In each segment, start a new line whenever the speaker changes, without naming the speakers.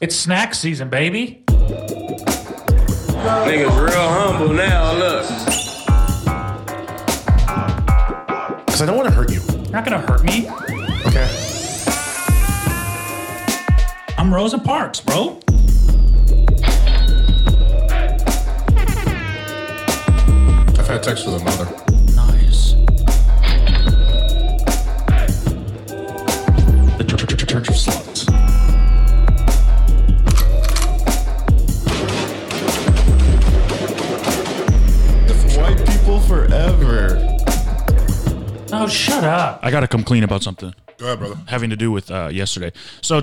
It's snack season, baby.
Niggas real humble now. Look.
Because I don't want to hurt you.
Not gonna hurt me.
Okay.
I'm Rosa Parks, bro.
I've had sex with a mother.
Nice. The Church, church, church of Sluts.
It's white people forever.
Oh, shut up. I gotta come clean about something.
Go ahead, brother.
having to do with uh, yesterday. So,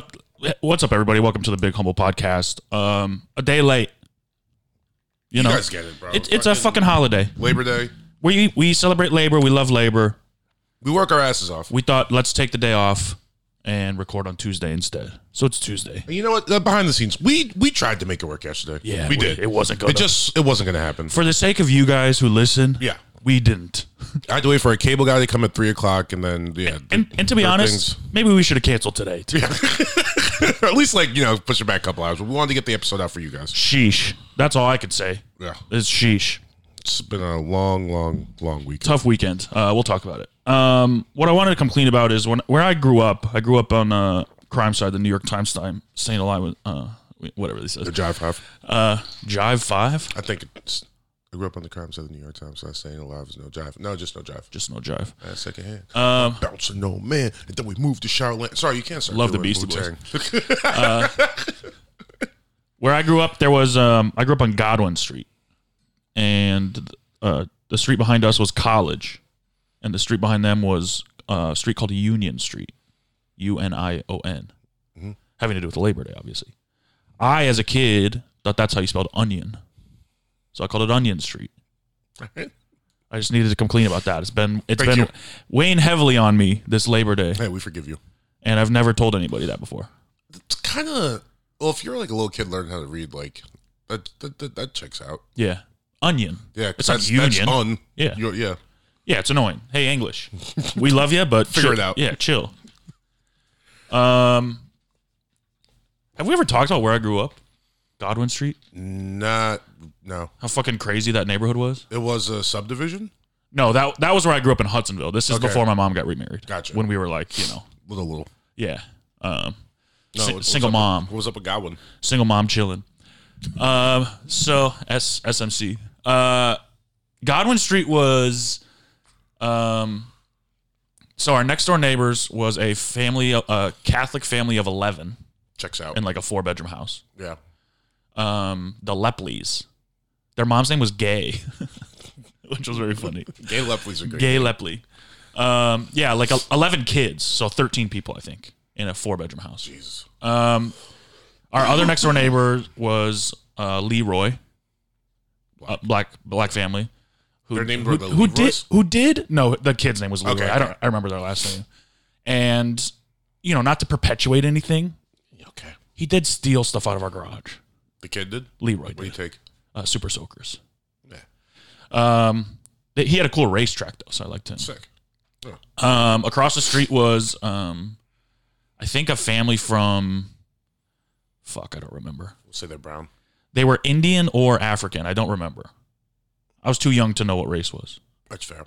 what's up, everybody? Welcome to the Big Humble Podcast. Um, a day late. You, know,
guys get it, bro.
It's, it's a fucking holiday.
Labor Day.
We we celebrate labor. We love labor.
We work our asses off.
We thought let's take the day off and record on Tuesday instead. So it's Tuesday.
And you know what? Uh, behind the scenes, we we tried to make it work yesterday.
Yeah,
we,
we-
did.
it wasn't gonna.
It just it wasn't gonna happen.
For the sake of you guys who listen,
Yeah.
we didn't.
I had to wait for a cable guy to come at three o'clock, and then yeah.
And and to be
There are
honest,
things-
maybe we should have canceled today. Too.
at least like you know push it back a couple hours. But we wanted to get the episode out for you guys.
Sheesh. That's all I could say.
Yeah,
It's sheesh.
it's been a long, long, long week.
tough weekend. Uh, we'll talk about it. Um, what I wanted to complain about is when where I grew up. I grew up on uh, crime side, the New York Times time, St. Elias, uh, whatever this
The
is.
drive half.
Uh, Jive Five,
I think it's. I grew up on the crime side of the New York Times, so I saying alive is no jive. No, just no jive.
just no Jive.
That's secondhand.
Um,
Bouncer, no man. And then we moved to Charlotte. Sorry, you can't start.
Love the
doing
Beastie Boys.
Wu-Tang.
where I grew up, there was um, I grew up on Godwin Street, and uh, the street behind us was College, and the street behind them was uh, a street called Union Street, U N I O N,
Mm-hmm.
having to do with Labor Day, obviously. I, as a kid, thought that's how you spelled onion, so I called it Onion Street. I just needed to come clean about that. It's been it's
Thank
been
you.
weighing heavily on me this Labor Day,
hey, we forgive you.
and I've never told anybody that before.
It's kind of well, if you're like a little kid learning how to read, like that that, that, that checks out.
Yeah, onion.
Yeah, 'cause
it's like
that's,
union.
That's on.
Yeah.
You're- yeah.
Yeah, it's annoying. Hey, English, we love you, but
Figure
chill-
it out.
Yeah, chill. Um, have we ever talked about where I grew up? Godwin Street.
Not no.
How fucking crazy that neighborhood was.
It was a subdivision
No, that that was where I grew up in Hudsonville. This is
Okay.
before my mom got remarried.
Gotcha.
When we were like, you know,
with a little.
yeah, um,
No,
si-
it was
single
up-
mom,
What was up with Godwin?
single mom chilling. Um, so S SMC. Uh, Godwin Street was, um, so our next door neighbors was a family, uh, a Catholic family of eleven
Checks out.
in like a four bedroom house.
yeah.
Um, the Lepleys. Their mom's name was Gay, which was very funny.
Gay Lepley's are great.
Gay Lepley. Um, yeah, like el- eleven kids, so thirteen people, I think, in a four bedroom house.
Jesus.
Um, our other next door neighbor was uh, Leroy, black. Uh, black black family. Who,
Their names
who,
were the
who did
Leroys?
who did no the kid's name was Leroy.
Okay,
I don't
okay.
I remember their last name. And you know, not to perpetuate anything,
Okay.
he did steal stuff out of our garage.
The kid did.
Leroy
What do you
did
take?
uh, super soakers.
Yeah.
Um, th- he had a cool racetrack though, so I liked him.
Sick.
Um, across the street was, um, I think, a family from. Fuck, I don't remember.
We'll say they're brown.
They were Indian or African. I don't remember. I was too young to know what race was.
That's fair.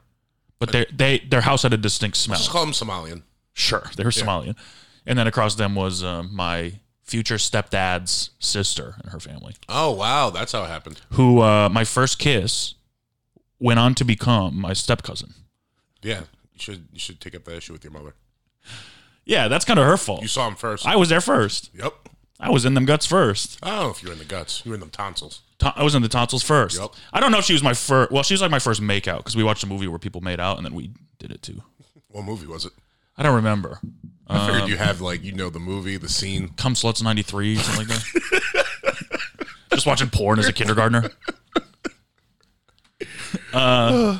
But they they their house had a distinct smell.
Just call them Somalian.
Sure, they were Somalian. And then across them was um, my future stepdad's sister and her family.
Oh wow, that's how it happened.
Who uh, my first kiss went on to become my step cousin.
Yeah. You should you should take up that issue with your mother.
Yeah, that's kind of her fault.
You saw him first.
I was there first.
yep.
I was in them guts first.
I don't know if you were in the guts. You were in them tonsils.
to- I was in the tonsils first.
Yep.
I don't know if she was my first. Well, she was like my first makeout because we watched a movie where people made out and then we did it too.
What movie was it?
I don't remember.
I figured you have like you know the movie, the scene.
Come sluts ninety three something like that. Just watching porn as a kindergartner. Uh,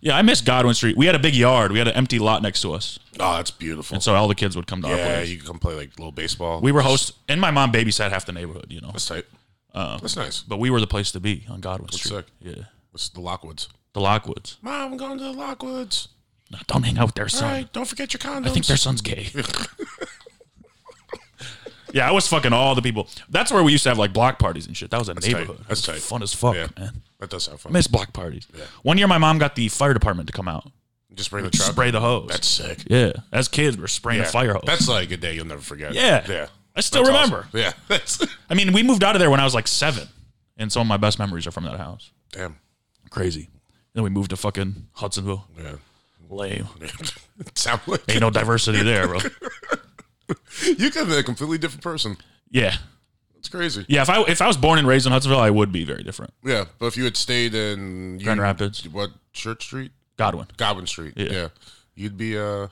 yeah, I miss Godwin Street. We had a big yard. We had an empty lot next to us,
Oh, that's beautiful.
so all the kids would come to our
yeah,
place.
you can come play like little baseball.
We were host, and my mom babysat half the neighborhood. You know,
That's tight. that's nice.
but we were the place to be on Godwin Street.
sick.
Yeah,
It's the Lockwoods.
the Lockwoods.
Mom, I'm going to the Lockwoods.
No, don't hang out with their
All
son.
right, don't forget your condoms.
I think their son's gay. Yeah, I was fucking all the people. That's where we used to have like block parties and shit. That was a
tight.
neighborhood.
That's
It was
tight.
Fun as fuck,
Yeah.
man.
That does sound fun.
Miss block parties. One year, my mom got the fire department to come out,
Just bring the truck.
spray the hose.
That's sick.
yeah. As kids, we're spraying
Yeah.
a fire hose.
That's like a day you'll never forget.
yeah,
Yeah.
I still
That's
remember.
awesome. Yeah. That's
I mean, we moved out of there when I was like seven, and some of my best memories are from that house.
damn.
Crazy. Then we moved to fucking Hudsonville.
Yeah.
Lame.
It sound like
Ain't no diversity there, bro.
you could be a completely different person.
Yeah,
It's crazy.
yeah. If I if I was born and raised in Hudsonville, I would be very different.
Yeah, but if you had stayed in you-
Grand Rapids.
what Church Street,
Godwin.
Goblin Street,
Yeah.
yeah, you'd be uh, eh,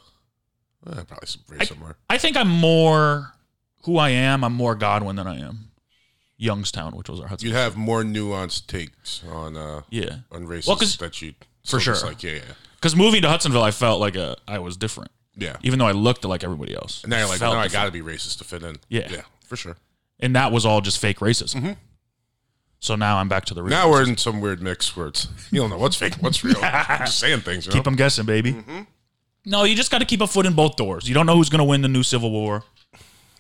probably some- right somewhere.
I think I'm more who I am. I'm more Godwin than I am Youngstown, which was our Hudson.
You'd have more nuanced takes on uh,
Yeah,
on races
'cause-
that you
for sure.
Like yeah, yeah,
because moving to Hudsonville, I felt like a, I was different,
yeah.
even though I looked like everybody else.
and now you're like,
Felt
no, I
different.
got to be racist to fit in.
Yeah.
yeah, for sure.
and that was all just fake racism. So now I'm back to the real.
Mm-hmm. Now we're in some weird mix where it's you don't know what's fake, what's real. I'm just saying things. You know?
keep them guessing, baby.
Mm-hmm.
No, you just got to keep a foot in both doors. You don't know who's going to win the new civil war.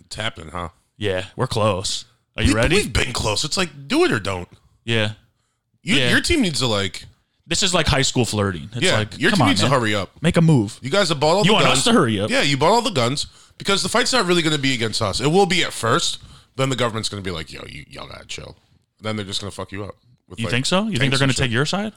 It's happening, huh?
Yeah, we're close. Are you
We-
ready?
We've been close. It's like do it or don't.
Yeah.
You,
Yeah.
Your team needs to like,
This is like high school flirting. It's
yeah,
like,
your
come
team
on,
needs
man.
to hurry up.
Make a move.
You guys have bought all
You
the
want
guns.
us to hurry up?
Yeah, you bought all the guns because the fight's not really going to be against us. It will be at first. Then the government's going to be like, yo, you, y'all got to chill. Then they're just going to fuck you up. with,
You
like,
think so? You think
tanks
they're going
and
to take
shit.
your side?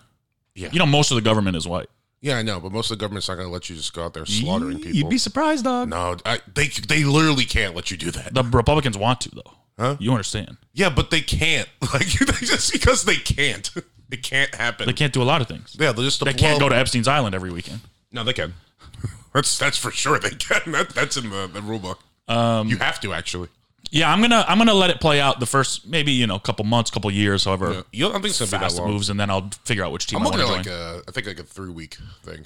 Yeah.
You know, most of the government is white.
Yeah, I know, but most of the government's not going to let you just go out there slaughtering people.
You'd be surprised, dog.
no, I, they they literally can't let you do that.
The Republicans want to, though.
Huh?
You understand?
Yeah, but they can't. Like they just because they can't, it can't happen.
They can't do a lot of things.
yeah, they'll just
They can't go to Epstein's Island every weekend.
No, they can. that's that's for sure. They can. That, that's in the, the rule book.
Um,
you have to actually.
Yeah, I'm gonna I'm gonna let it play out the first maybe you know couple months, couple years, however
Yeah, you don't I don't think it's going to be that
fast it
long.
moves, and then I'll figure out which team
I'm
I
looking
want
at
to join.
like a, I think like a three week thing.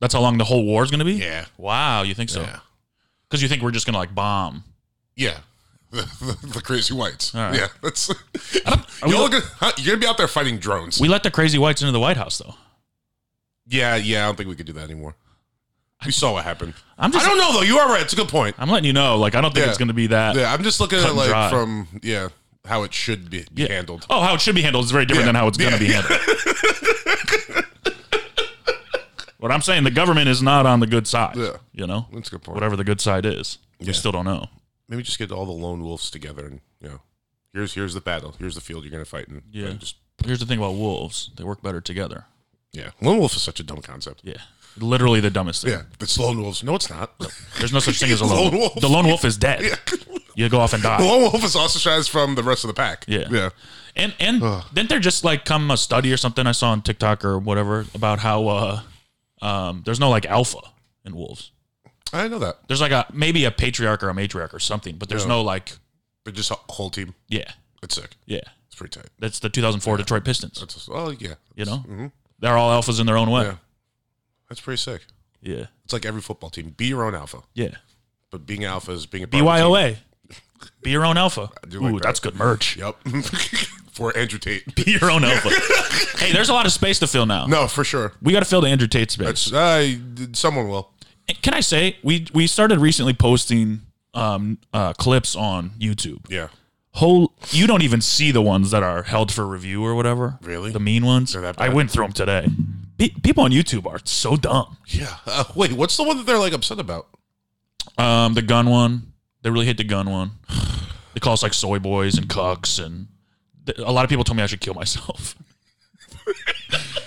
That's how long the whole war is going to be?
Yeah.
Wow, you think so?
Yeah.
Because you think we're just going to like bomb.
Yeah. The, the, the crazy whites.
right.
Yeah, that's.
are we
you're,
look-
looking, huh, you're gonna be out there fighting drones.
We let the crazy whites into the White House, though.
yeah, yeah. I don't think we could do that anymore. We saw what happened.
I'm just-
I don't know though. You are right. It's a good point.
I'm letting you know. Like, I don't think
Yeah.
it's going to be that.
yeah, I'm just looking at
Uh, cut
it
and dry.
like from yeah how it should be, be
Yeah.
handled.
Oh, how it should be handled is very different
Yeah.
than how it's going to
Yeah.
be handled. what I'm saying, the government is not on the good side.
Yeah.
You know?
That's a good point.
Whatever the good side is. We
Yeah.
still don't know.
Maybe just get all the lone wolves together and you know here's here's the battle. Here's the field you're gonna fight in.
Yeah.
And just
Here's the thing about wolves they work better together.
yeah. Lone wolf is such a dumb concept.
Yeah. Literally the dumbest thing.
Yeah, it's lone wolves. No, it's not.
There's no such thing as a lone,
Lone
wolf.
wolf.
The lone wolf is dead. You go off and die.
The lone wolf is ostracized from the rest of the pack.
Yeah.
Yeah.
And and didn't there just like come a study or something I saw on TikTok or whatever about how uh um there's no like alpha in wolves.
I didn't know that.
There's like a maybe a patriarch or a matriarch or something, but there's
Yeah.
no like
But just a whole team.
yeah,
It's sick.
yeah.
It's pretty tight.
That's the 2004 Detroit Pistons.
That's just, oh yeah.
you know,
Mhm.
they're all alphas in their own way.
Yeah. That's pretty sick.
Yeah, yeah.
It's like every football team. Be your own alpha. But being alpha is being a part of the team.
BYOA, be your own alpha.
do
Ooh,
like that.
that's good merch.
Yep. For Andrew Tate.
Be your own alpha. hey, there's a lot of space to fill now.
No, for sure.
We got to fill the Andrew Tate space.
That's I. Someone will.
And can I say we we started recently posting um uh clips on YouTube.
Yeah.
Whole you don't even see the ones that are held for review or whatever.
Really?
The mean ones.
They're that
I
bad?
went through them today. Pe- people on YouTube are so dumb.
Yeah. Uh, wait, what's the one that they're like upset about?
Um the gun one. They really hate the gun one. They call us like soy boys and cucks and th- a lot of people told me I should kill myself.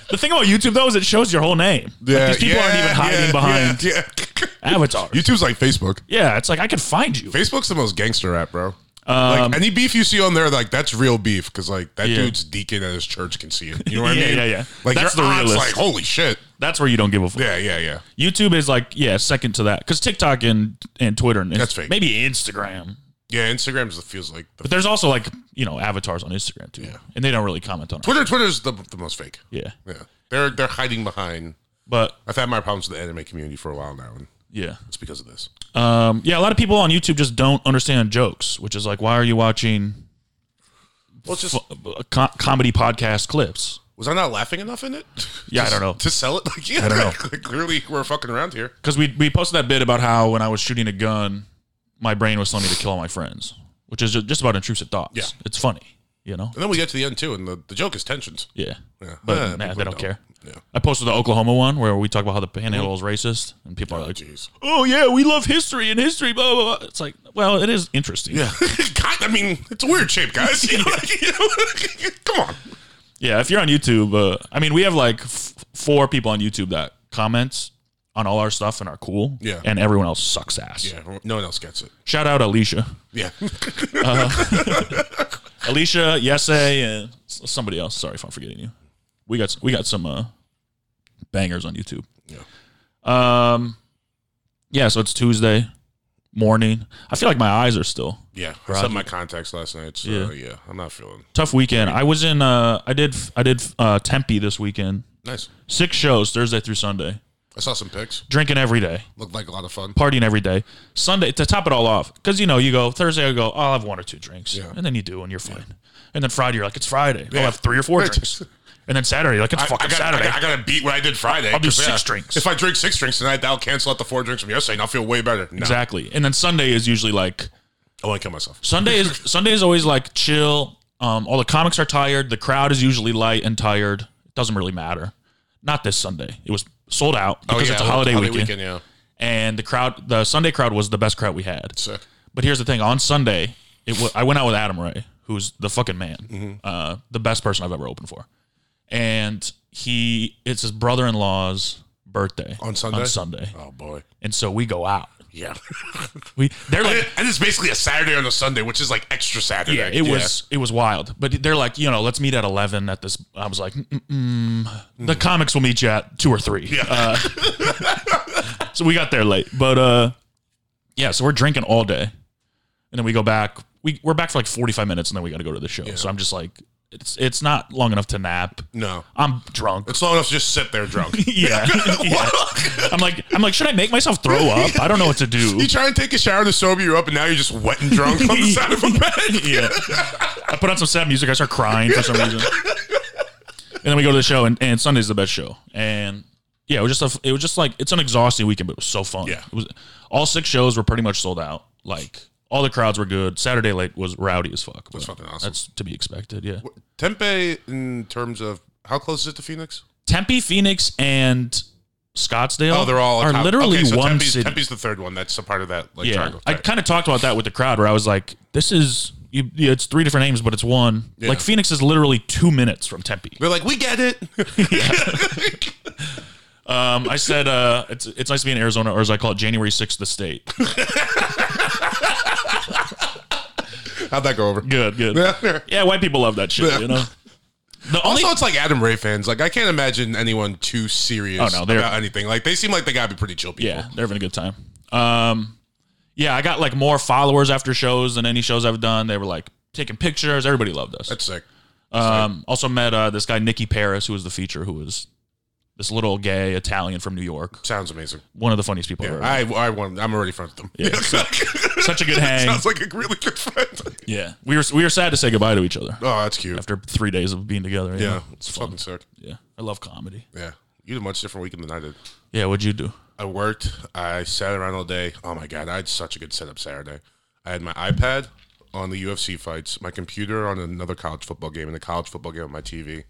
the thing about YouTube though is it shows your whole name. Like, these people aren't even hiding
yeah,
behind
Yeah, yeah.
avatars.
YouTube's like Facebook.
yeah, it's like I could find you.
Facebook's the most gangster app, bro. like any beef you see on there, like that's real beef because like that
Um, Yeah.
dude's deacon at his church can see it. You know what
Yeah,
I mean?
yeah, yeah.
Like
That's
your
the
aunt's
realest.
Like holy shit.
That's where you don't give a fuck.
Yeah, yeah, yeah.
YouTube is like yeah, second to that because TikTok and and Twitter and
That's fake.
maybe Instagram,
Yeah, Instagram's the feels like the,
but there's also like you know avatars on Instagram too, and they don't really comment on it.
Twitter. Twitter's the the most fake.
Yeah,
Yeah, they're they're hiding behind.
but
I've had my problems with the anime community for a while now, and
yeah,
it's because of this.
um, yeah. A lot of people on YouTube just don't understand jokes, which is like why are you watching
Well, it's just
fu- uh, co- comedy podcast clips?
was I not laughing enough in it?
Yeah, I
Just
don't know.
to sell it. Like, yeah,
I don't know.
like, clearly, we're fucking around here.
Because we we posted that bit about how when I was shooting a gun, my brain was telling me to kill all my friends. which is ju- just about intrusive thoughts.
Yeah.
It's funny, you know?
And then we get to the end too, and the, the joke is tensions.
Yeah.
Yeah.
But
Eh,
nah,
people
they don't care.
Yeah.
I posted the Oklahoma one where we talk about how the panhandle
Mm-hmm.
is racist, and people are
Oh,
like,
jeez.
oh, yeah, we love history and history, blah, blah, blah. It's like, well, it is interesting.
Yeah. God, I mean, it's a weird shape, guys. You know, like, you know, come on.
Yeah, if you're on YouTube, uh, I mean, we have like f- four people on YouTube that comments on all our stuff and are cool.
Yeah.
And everyone else sucks ass.
Yeah. No one else gets it.
Shout out Alicia.
Yeah.
Alicia, Yesay, and s- somebody else. Sorry if I'm forgetting you. We got s- we got some uh, bangers on YouTube.
Yeah.
Um, yeah, so it's Tuesday morning. I feel like my eyes are still
Yeah. I set my contacts last night. So, yeah.
Yeah.
I'm not feeling
tough weekend. I was in uh, I did I did uh, Tempe this weekend.
nice.
Six shows Thursday through Sunday.
I saw some pics.
Drinking every day.
Looked like a lot of fun.
partying every day. Sunday to top it all off, because you know you go Thursday, I go, I'll have one or two drinks,
Yeah.
and then you do, and you're fine. And then Friday, you're like, it's Friday,
Yeah.
I'll have three or four
Right.
drinks. And then Saturday, you're like it's
I,
fucking
I got,
Saturday.
I, got, I got to beat what I did Friday.
I'll do
'cause,
six drinks.
If I drink six drinks tonight, that'll cancel out the four drinks from yesterday, and I'll feel way better. No,
exactly. And then Sunday is usually like
I want to kill myself.
Sunday is Sunday is always like chill. Um, all the comics are tired. The crowd is usually light and tired. It doesn't really matter. Not this Sunday. It was sold out because it's a holiday, weekend.
Oh, Yeah.
And the crowd, the Sunday crowd was the best crowd we had.
Sick.
But here's the thing: on Sunday, it w- I went out with Adam Ray, who's the fucking man,
Mm-hmm.
uh, the best person I've ever opened for, and he it's his brother-in-law's birthday
On Sunday?
On Sunday,
Oh, boy.
and so we go out.
Yeah.
We they're
and
like.
it's basically a Saturday on a Sunday, which is like extra Saturday.
Yeah, it was it was wild, but they're like, you know, let's meet at eleven at this. I was like, Mm-mm. the comics will meet you at two or three. Mm. Yeah. so we got there late, but uh, yeah. So we're drinking all day, and then we go back. We we're back for like forty five minutes, and then we got to go to the show. So I'm just like, it's it's not long enough to nap.
No.
I'm drunk.
It's long enough to just sit there drunk.
yeah. yeah. I'm like I'm like, should I make myself throw up? I don't know what to do.
You try and take a shower to sober you up, and now you're just wet and drunk on the side of a bed.
yeah. I put on some sad music. I start crying for some reason. And then we go to the show, and, and Sunday's the best show. And yeah, it was just a, it was just like it's an exhausting weekend, but it was so fun.
Yeah.
it was. All six shows were pretty much sold out. Like all the crowds were good. Saturday late was rowdy as fuck. That's
fucking awesome.
That's to be expected. Yeah,
Tempe, in terms of how close is it to Phoenix?
Tempe, Phoenix, and Scottsdale.
Oh, they're all
are
atop-
literally
okay, so
one
Tempe's,
city.
Tempe's the third one. That's a part of that like
yeah,
triangle.
I
Right.
kind of talked about that with the crowd where I was like, this is. You, yeah, it's three different names, but it's one.
Yeah.
Like Phoenix is literally two minutes from Tempe.
They're like, we get it.
Um, I said uh, it's it's nice to be in Arizona, or as I call it, January sixth, the state.
How'd that go over?
Good, good. Yeah, white people love that shit. You know, the only
Also, it's like Adam Ray fans. Like, I can't imagine anyone too serious
Oh, no, they're-
about anything. Like, they seem like they gotta be pretty chill people.
yeah, they're having a good time. Um, yeah, I got like more followers after shows than any shows I've done. They were like taking pictures. Everybody loved us.
That's sick.
Um, also met uh, this guy Nikki Paris, who was the feature, who was this little gay Italian from New York.
Sounds amazing.
One of the funniest people I've ever.
I, I want. I'm already friends with them.
Such a good hang.
Sounds like a really good friend.
yeah, we were we were sad to say goodbye to each other
Oh, that's cute.
after three days of being together. you
yeah,
know?
it's fucking sick.
yeah. I love comedy.
Yeah, you had a much different weekend than I did.
Yeah, what'd you do?
I worked. I sat around all day. Oh my god, I had such a good setup Saturday. I had my iPad on the UFC fights, my computer on another college football game, and the college football game on my TV.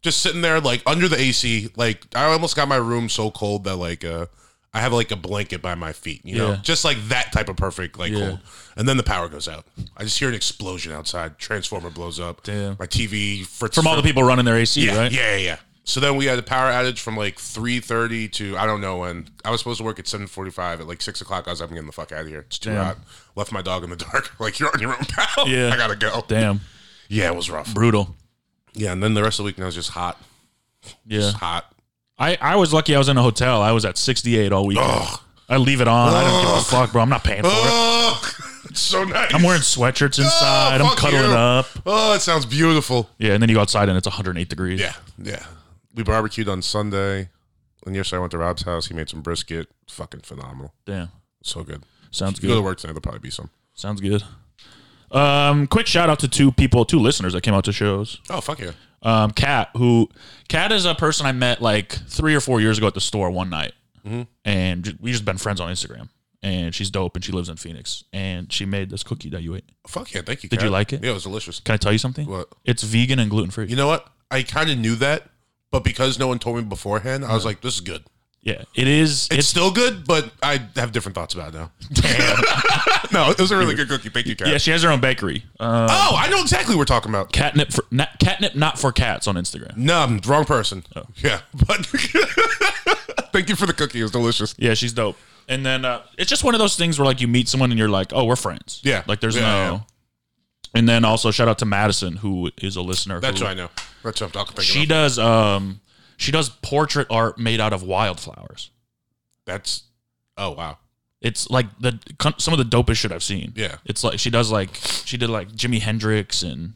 Just sitting there, like under the AC. Like I almost got my room so cold that like uh, I have like a blanket by my feet. You know,
Yeah.
just like that type of perfect like
Yeah.
cold. And then the power goes out. I just hear an explosion outside. Transformer blows up.
Damn.
My TV fritz
from all the people running their AC,
yeah,
right?
Yeah, yeah, yeah. So then we had a power outage from like three thirty to I don't know when. I was supposed to work at seven forty five. At like six o'clock, I was like, I'm getting the fuck out of here. It's too
Damn.
hot. Left my dog in the dark. Like you're on your own, pal.
Yeah.
I gotta go.
Damn,
Yeah, it was rough.
brutal.
Yeah, and then the rest of the weekend I was just hot,
Yeah,
just hot.
I, I was lucky. I was in a hotel. I was at 68 all weekend.
Ugh.
I leave it on. I don't give a fuck, bro. I'm not paying for it.
Oh, it's so nice.
I'm wearing sweatshirts inside. I'm
fuck
cuddling
you.
up.
Oh, it sounds beautiful.
Yeah, and then you go outside and it's 108 degrees.
Yeah, yeah. We barbecued on Sunday, and yesterday I went to Rob's house. He made some brisket. Fucking phenomenal.
damn.
So good.
Sounds
If you go to
good.
work tonight, there'll probably be some.
Sounds good. Um, quick shout out to two people, two listeners that came out to shows.
Oh fuck yeah.
um, Kat, who Kat is a person I
Mm-hmm.
met like three or four years ago at the store one night, and ju- we just been friends on Instagram. and she's dope and she lives in Phoenix and she made this cookie that you ate.
Fuck yeah, thank you.
Did you
Kat.
like it?
Yeah, it was delicious.
Can I tell you something?
What?
It's vegan and gluten free.
You know what? I kind of knew that, but because no one told me beforehand, I was like, "This is good."
yeah, it is.
It's,
It's,
still good, but I have different thoughts about it now. no, it was a really good cookie. Thank you, Kat.
yeah. She has her own bakery. Uh,
oh, I know exactly what we're talking about.
catnip for not, catnip not for cats on Instagram.
No, I'm the wrong person.
Oh.
Yeah, but thank you for the cookie. It was delicious.
Yeah, she's dope. And then uh, it's just one of those things where like you meet someone and you're like, oh, we're friends.
Yeah.
like there's
Yeah,
no.
yeah.
And then also shout out to Madison who is a listener.
That's
who,
what I know. That's what I'm talking about.
She does um she does portrait art made out of wildflowers.
That's oh wow.
It's like the con- some of the dopest shit I've seen.
Yeah.
It's like she does like she did like Jimi Hendrix and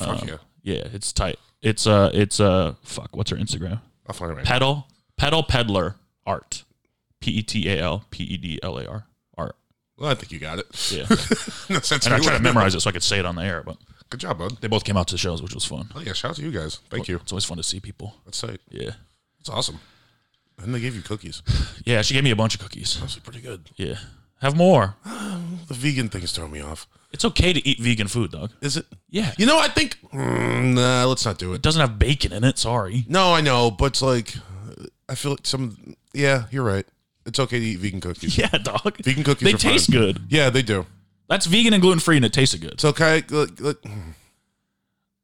Uh,
Fuck yeah.
yeah, it's tight. It's uh it's uh fuck, what's her Instagram?
I'll find it right.
Pedal Pedal Peddler Art. P E T A L P E D L A R art.
Well, I think you got it.
Yeah.
no, sense
And I tried to memorize it so I could say it on the air, but
Good job, bud.
they both came out to shows, which was fun.
Oh yeah, shout out to you guys. Thank you.
It's always fun to see people.
That's tight.
Yeah.
That's awesome. And they gave you cookies.
Yeah, she gave me a bunch of cookies.
That's pretty good.
Yeah. Have more.
The vegan thing's throwing me off.
It's okay to eat vegan food, dog.
Is it?
Yeah.
You know, I think. Mm, nah, let's not do it.
doesn't have bacon in it. Sorry.
No, I know, but it's like, I feel like some. Yeah, you're right. It's okay to eat vegan cookies.
Yeah, dog.
Vegan cookies.
They
are fine.
taste good.
Yeah, they do.
That's vegan and gluten free, and it tasted good.
It's okay. Look, look,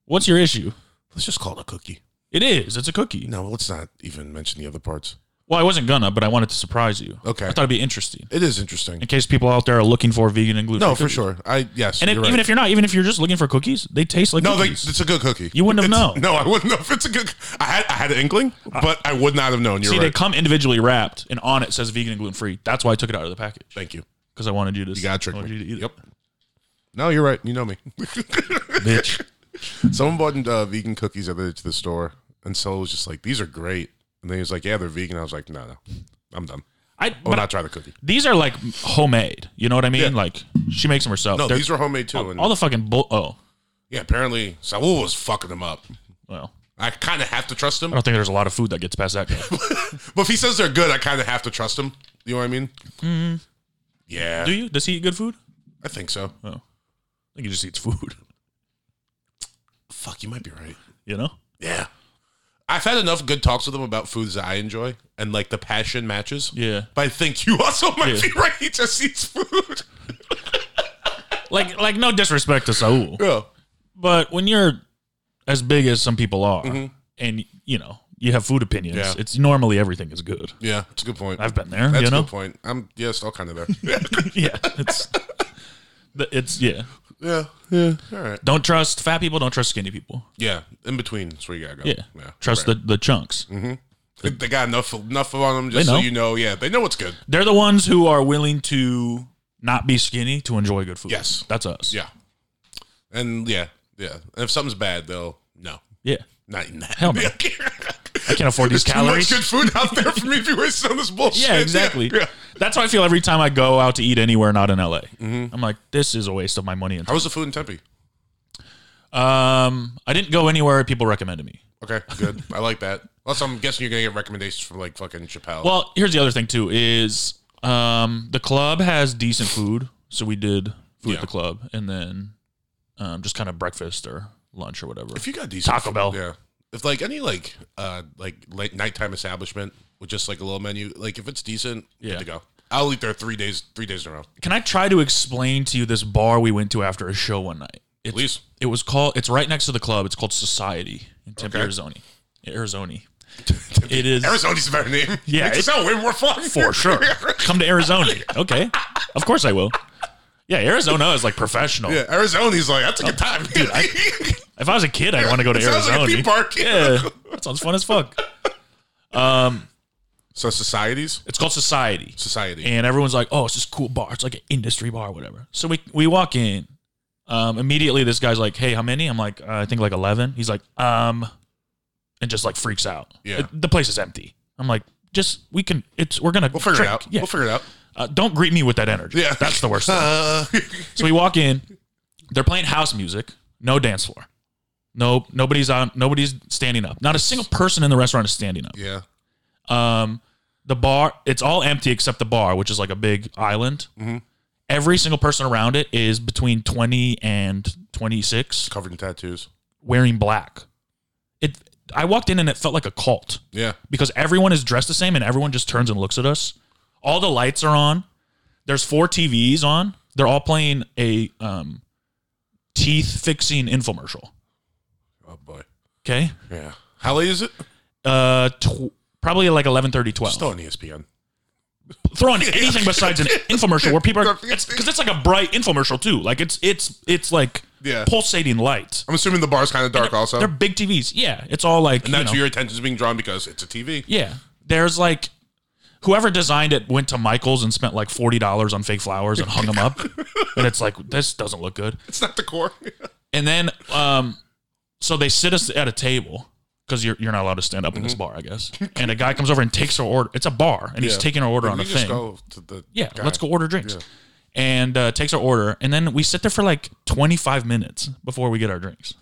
What's your issue?
let's just call it a cookie.
It is. It's a cookie.
No, let's not even mention the other parts.
Well, I wasn't gonna, but I wanted to surprise you.
Okay.
I thought it'd be interesting
It is interesting.
in case people out there are looking for vegan and gluten.
No, for sure. I yes.
And if,
you're right.
even if you're not, even if you're just looking for cookies, they taste like
no, they,
cookies.
it's a good cookie.
You wouldn't have known.
It's-
Ah.
No, I wouldn't know if it's a good. I had I had an inkling, but I would not have known. You're
See, they
right.
come individually wrapped, and on it says vegan and gluten free. That's why I took it out of the package
Thank you.
because I wanted you to.
You got tricked.
wanted
me.
you to eat it.
Yep. No, you're right. You know me.
bitch.
Someone bought uh, vegan cookies at the, to the store, and so was just like, "These are great." And then he was like, "Yeah, they're vegan." I was like, "No, no, I'm done.
I
I will
but
not try the cookie."
these are like homemade. You know what I mean?
Yeah.
Like she makes them herself.
No,
They're-
these were homemade too. And
all the fucking bull. Oh,
yeah, apparently Saul was fucking them up.
well.
I kind of have to trust him,
I don't think there's a lot of food that gets past that. guy.
but if he says they're good, I kind of have to trust him. You know what I mean? Yeah,
Mm-hmm. Do you? Does he eat good food? I
I think so.
think he just eats food.
Fuck, you might be right.
You know?
Yeah. I've had enough good talks with him about foods that I enjoy and like the passion matches.
Yeah.
But I think you also might
Yeah.
be right. He just eats food.
Like, like no disrespect to Saul,
yeah.
but when you're as big as some people are, and you know you have food opinions,
Mm-hmm. Yeah.
it's normally everything is good.
Yeah. It's a good point.
I've been there.
That's
you
a
know?
good point. I'm yeah, still kind of there.
yeah. It's. the- It's yeah.
yeah. Yeah. All right.
Don't trust fat people. Don't trust skinny people.
Yeah. In between is where you gotta go.
Yeah. trust the, the chunks.
Mm. the they got enough enough on them just
They
so
know.
you know. Yeah, they know what's good.
They're the ones who are willing to not be skinny to enjoy good food.
Yes.
That's us.
Yeah. And yeah, yeah. And if something's bad they'll no.
Yeah.
Not in that.
Hell no. I can't afford these
Too much
calories.
good food out there for me to be wasting on this bullshit.
Yeah, exactly.
Yeah.
That's how I feel every time I go out to eat anywhere not in LA.
Mm-hmm.
I'm like, this is a waste of my money. And
How was the food in Tempe?
um, I didn't go anywhere people recommended me.
Okay, good. I like that. Plus, I'm guessing you're gonna get recommendations from like fucking Chappelle.
Well, here's the other thing too: is um, the club has decent food, so we did food
Yeah.
at the club, and then um, just kind of breakfast or lunch or whatever.
if you got decent
Taco
food-
Bell.
yeah. If like any like uh like late nighttime establishment with just like a little menu, like if it's decent,
Yeah.
good to go. I'll eat there three days, three days in a row.
Can I try to explain to you this bar we went to after a show one night? It's,
Please.
It was called. It's right next to the club. It's called Society in Tempe,
Okay.
Arizona. Arizona. It is
Arizona's a better name.
Yeah,
it's sound way more fun
for sure. Come to Arizona. Okay. Of course I will. Yeah, Arizona is like professional.
yeah, Arizona's like that's a
Oh,
good time.
If I was a kid, I'd want to go to
It sounds like a
Arizona.
theme park.
Yeah. That sounds fun as fuck.
so societies,
It's called Society.
society.
And everyone's like, oh, it's this cool bar. It's like an industry bar, whatever. So we, we walk in. Um, immediately, this guy's like, hey, how many? I'm like, uh, I think like 11. He's like, um, and just like freaks out.
Yeah.
It- the place is empty. I'm like, just, we can, it's, we're going to
we'll figure
drink.
it out.
Yeah.
We'll figure it out.
uh, don't greet me with that energy.
Yeah.
That's the worst thing.
Uh,
So we walk in. They're playing house music. No dance floor. No, nobody's on. Nobody's standing up. Not a single person in the restaurant is standing up.
yeah.
Um, the bar it's all empty except the bar which is like a big island every single person around it is between 20 and 26
covered in tattoos.
wearing black it i walked in and it felt like a cult
Yeah.
because everyone is dressed the same and everyone just turns and looks at us all the lights are on there's four tvs on they're all playing a um, teeth fixing infomercial
Oh boy.
okay
Yeah. How late is it?
uh tw- probably like 11:30 12
Still on E ESPN.
throw on anything besides an infomercial where people are
Don't forget
because
to-
it's, like a bright infomercial too. Like it's it's it's like
Yeah.
pulsating lights.
I'm assuming the bar's kind of dark also.
They're big TVs. Yeah, it's all like
and
you
that's
know,
where your attention's being drawn because it's a TV.
yeah. There's like whoever designed it went to Michaels and spent like forty dollars on fake flowers and hung them up, and it's like this doesn't look good.
It's not the core.
And then um, so they sit us at a table. Because you're, you're not allowed to stand up in this bar, I guess. And a guy comes over and takes our order. It's a bar, and he's
Mm-hmm. Yeah.
taking our order on
we
a
just
thing.
go to the
yeah,
guy.
let's go order drinks. And uh, takes our order, and then we sit there for like 25 minutes before we get our drinks.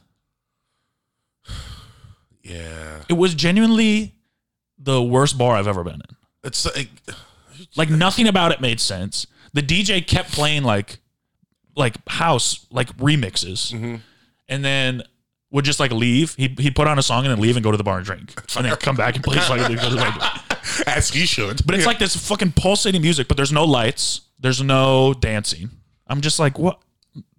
Yeah.
It was genuinely the worst bar I've ever been in.
It's like
Like nothing about it made sense. The DJ kept playing like like house like remixes,
Mm-hmm.
and then would just like leave. He he put on a song and then leave and go to the bar and drink, and then come back and play. fucking-
as he should.
But it's like this fucking pulsating music, but there's no lights, there's no dancing. I'm just like, what?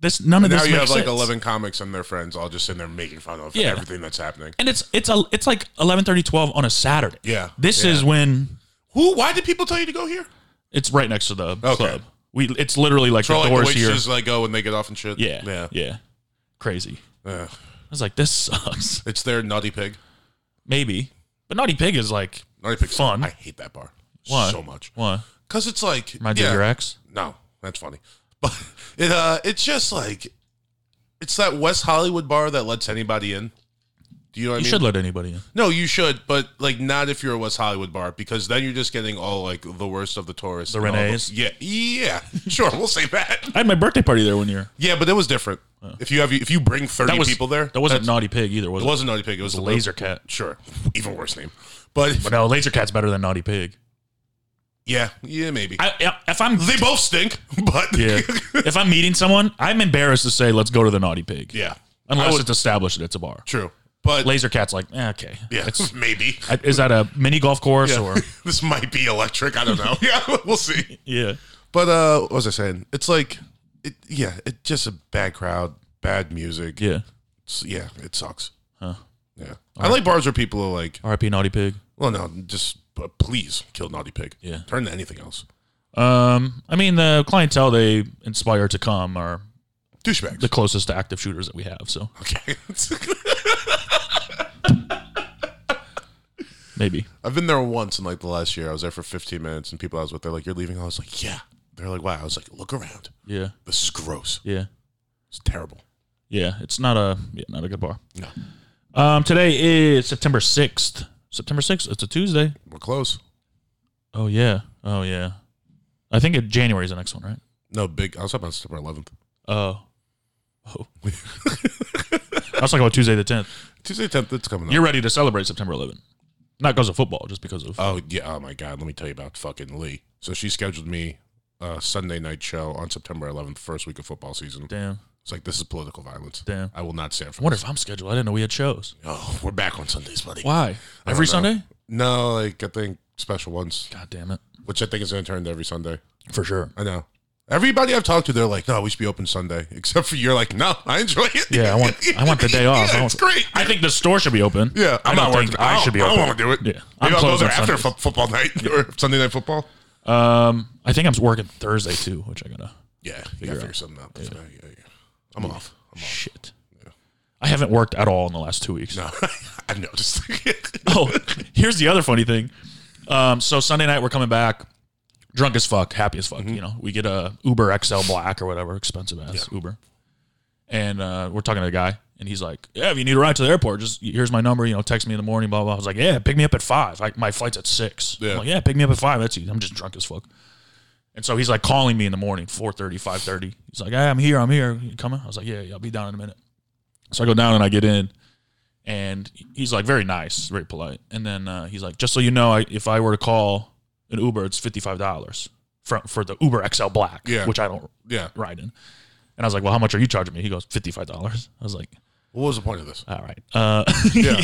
This none of
now
this.
you
makes
have like
sense.
11 comics and their friends all just sitting there making fun of
Yeah.
everything that's happening.
and it's it's a it's like 11:30 12 on a Saturday.
Yeah,
This
yeah.
is when
Who? Why did people tell you to go here?
it's right next to the
Okay.
club. We it's literally like
So
the
like the
doors here.
waitresses like go when they get off and shit.
yeah.
yeah,
Yeah. Yeah. Crazy.
Ugh.
I was like this sucks.
It's their Naughty Pig.
Maybe. But Naughty Pig is like
Naughty Pig.
Fun.
I hate that bar
what?
so much
What?
because it's like
Reminds you of
yeah.
your ex?
No, that's funny. But it uh it's just like it's that West Hollywood bar that lets anybody in. Do you know what
You
I mean?
should let anybody in.
no, you should, but like not if you're a West Hollywood bar because then you're just getting all like the worst of the tourists.
The
and all
Renees?
Yeah, yeah, sure, we'll say that.
I had my birthday party there one year.
Yeah, but it was different. If you have if you bring thirty
That was
people there,
That wasn't
that's-
Naughty Pig either, was
It
it?
wasn't Naughty Pig. It was the
Laser Cat.
Sure, even worse name. But if-
But no, Laser Cat's better than Naughty Pig.
yeah, yeah, maybe
I, I- if I'm
they both stink. But
yeah, if I'm meeting someone, I'm embarrassed to say let's go to the Naughty Pig.
yeah, I
Unless
would-
it's established that it's a bar.
true. But
Laser Cat's like, eh, okay.
yeah,
It's-
maybe
I- Is that a mini golf course
Yeah.
or?
this might be electric. I don't know. yeah, we'll see.
Yeah.
But uh, what was I saying? It's like, it, yeah, it's just a bad crowd, bad music.
Yeah.
It's- yeah, it sucks. Yeah, I like bars where people are like,
RIP Naughty Pig.
well, no, just but please kill Naughty Pig.
Yeah.
turn to anything else.
Um, I mean, the clientele they inspire to come are
Douchebags.
the closest to active shooters that we have. So
okay.
maybe.
I've been there once in like the last year. I was there for 15 minutes, and people I was with, they're like, "You're leaving." I was like, "Yeah." They're like, "Wow." I was like, "Look around.
Yeah.
This is gross.
Yeah.
It's terrible."
Yeah. It's not a yeah, not a good bar.
No,
Um, today is September sixth. September sixth. It's a Tuesday.
we're close.
Oh yeah. Oh yeah. I think it, January is the next one, right?
No big. I was talking about September 11th.
Oh. Oh. I was talking about Tuesday the tenth.
Tuesday 10th. It's coming up.
You're ready to celebrate September 11th. Not because of football, just because of.
Oh yeah. Oh my God. Let me tell you about fucking Lee. So she scheduled me a Sunday night show on September 11th, first week of football season.
damn.
It's like this is political violence.
Damn.
I will not stand for.
I wonder
this.
if I'm scheduled. I didn't know we had shows.
Oh, we're back on Sundays, buddy.
Why?
I
Every
don't know.
Sunday?
No, like I think special ones,
God damn it.
which I think is going to turn to every Sunday.
For sure.
I know. Everybody I've talked to, they're like, "No, we should be open Sunday." Except for you're like, "No, I enjoy it."
Yeah, I want I want the day off.
Yeah,
I
it's
want-
great.
I think the store should be open.
yeah,
I
I'm
don't
not working.
think I should be
I
open.
don't want to do it.
Yeah, I'm
maybe I'll go
closed
there
on
after
Sundays.
fo- football night or Sunday night football.
Um, I think I'm working Thursday too, which I gotta.
Yeah, you gotta figure something out. Yeah, yeah, yeah. I'm off. I'm off.
Shit. I haven't worked at all in the last two weeks.
No, I noticed.
Oh, here's the other funny thing. Um, so Sunday night we're coming back, drunk as fuck, happy as fuck. You know, we get a Uber XL Black or whatever, expensive ass Uber, and uh, we're talking to the guy, and he's like, "Yeah, if you need a ride to the airport, just here's my number. You know, text me in the morning." Blah blah. I was like, "Yeah, pick me up at five. Like my flight's at six.
Yeah.
I'm like, yeah, pick me up at five. That's easy. I'm just drunk as fuck." And so he's like calling me in the morning, 4.30, 5.30. He's like, hey, I'm here, I'm here. You coming? I was like, yeah, yeah, I'll be down in a minute. So I go down and I get in and he's like very nice, very polite. And then uh, he's like, just so you know, I, if I were to call an Uber, it's fifty five dollars for for the Uber XL Black,
Yeah.
which I don't
Yeah.
ride in. And I was like, "Well, how much are you charging me?" He goes, 55 dollars." I was like,
What was the point of this?
"All right." Uh,
Yeah.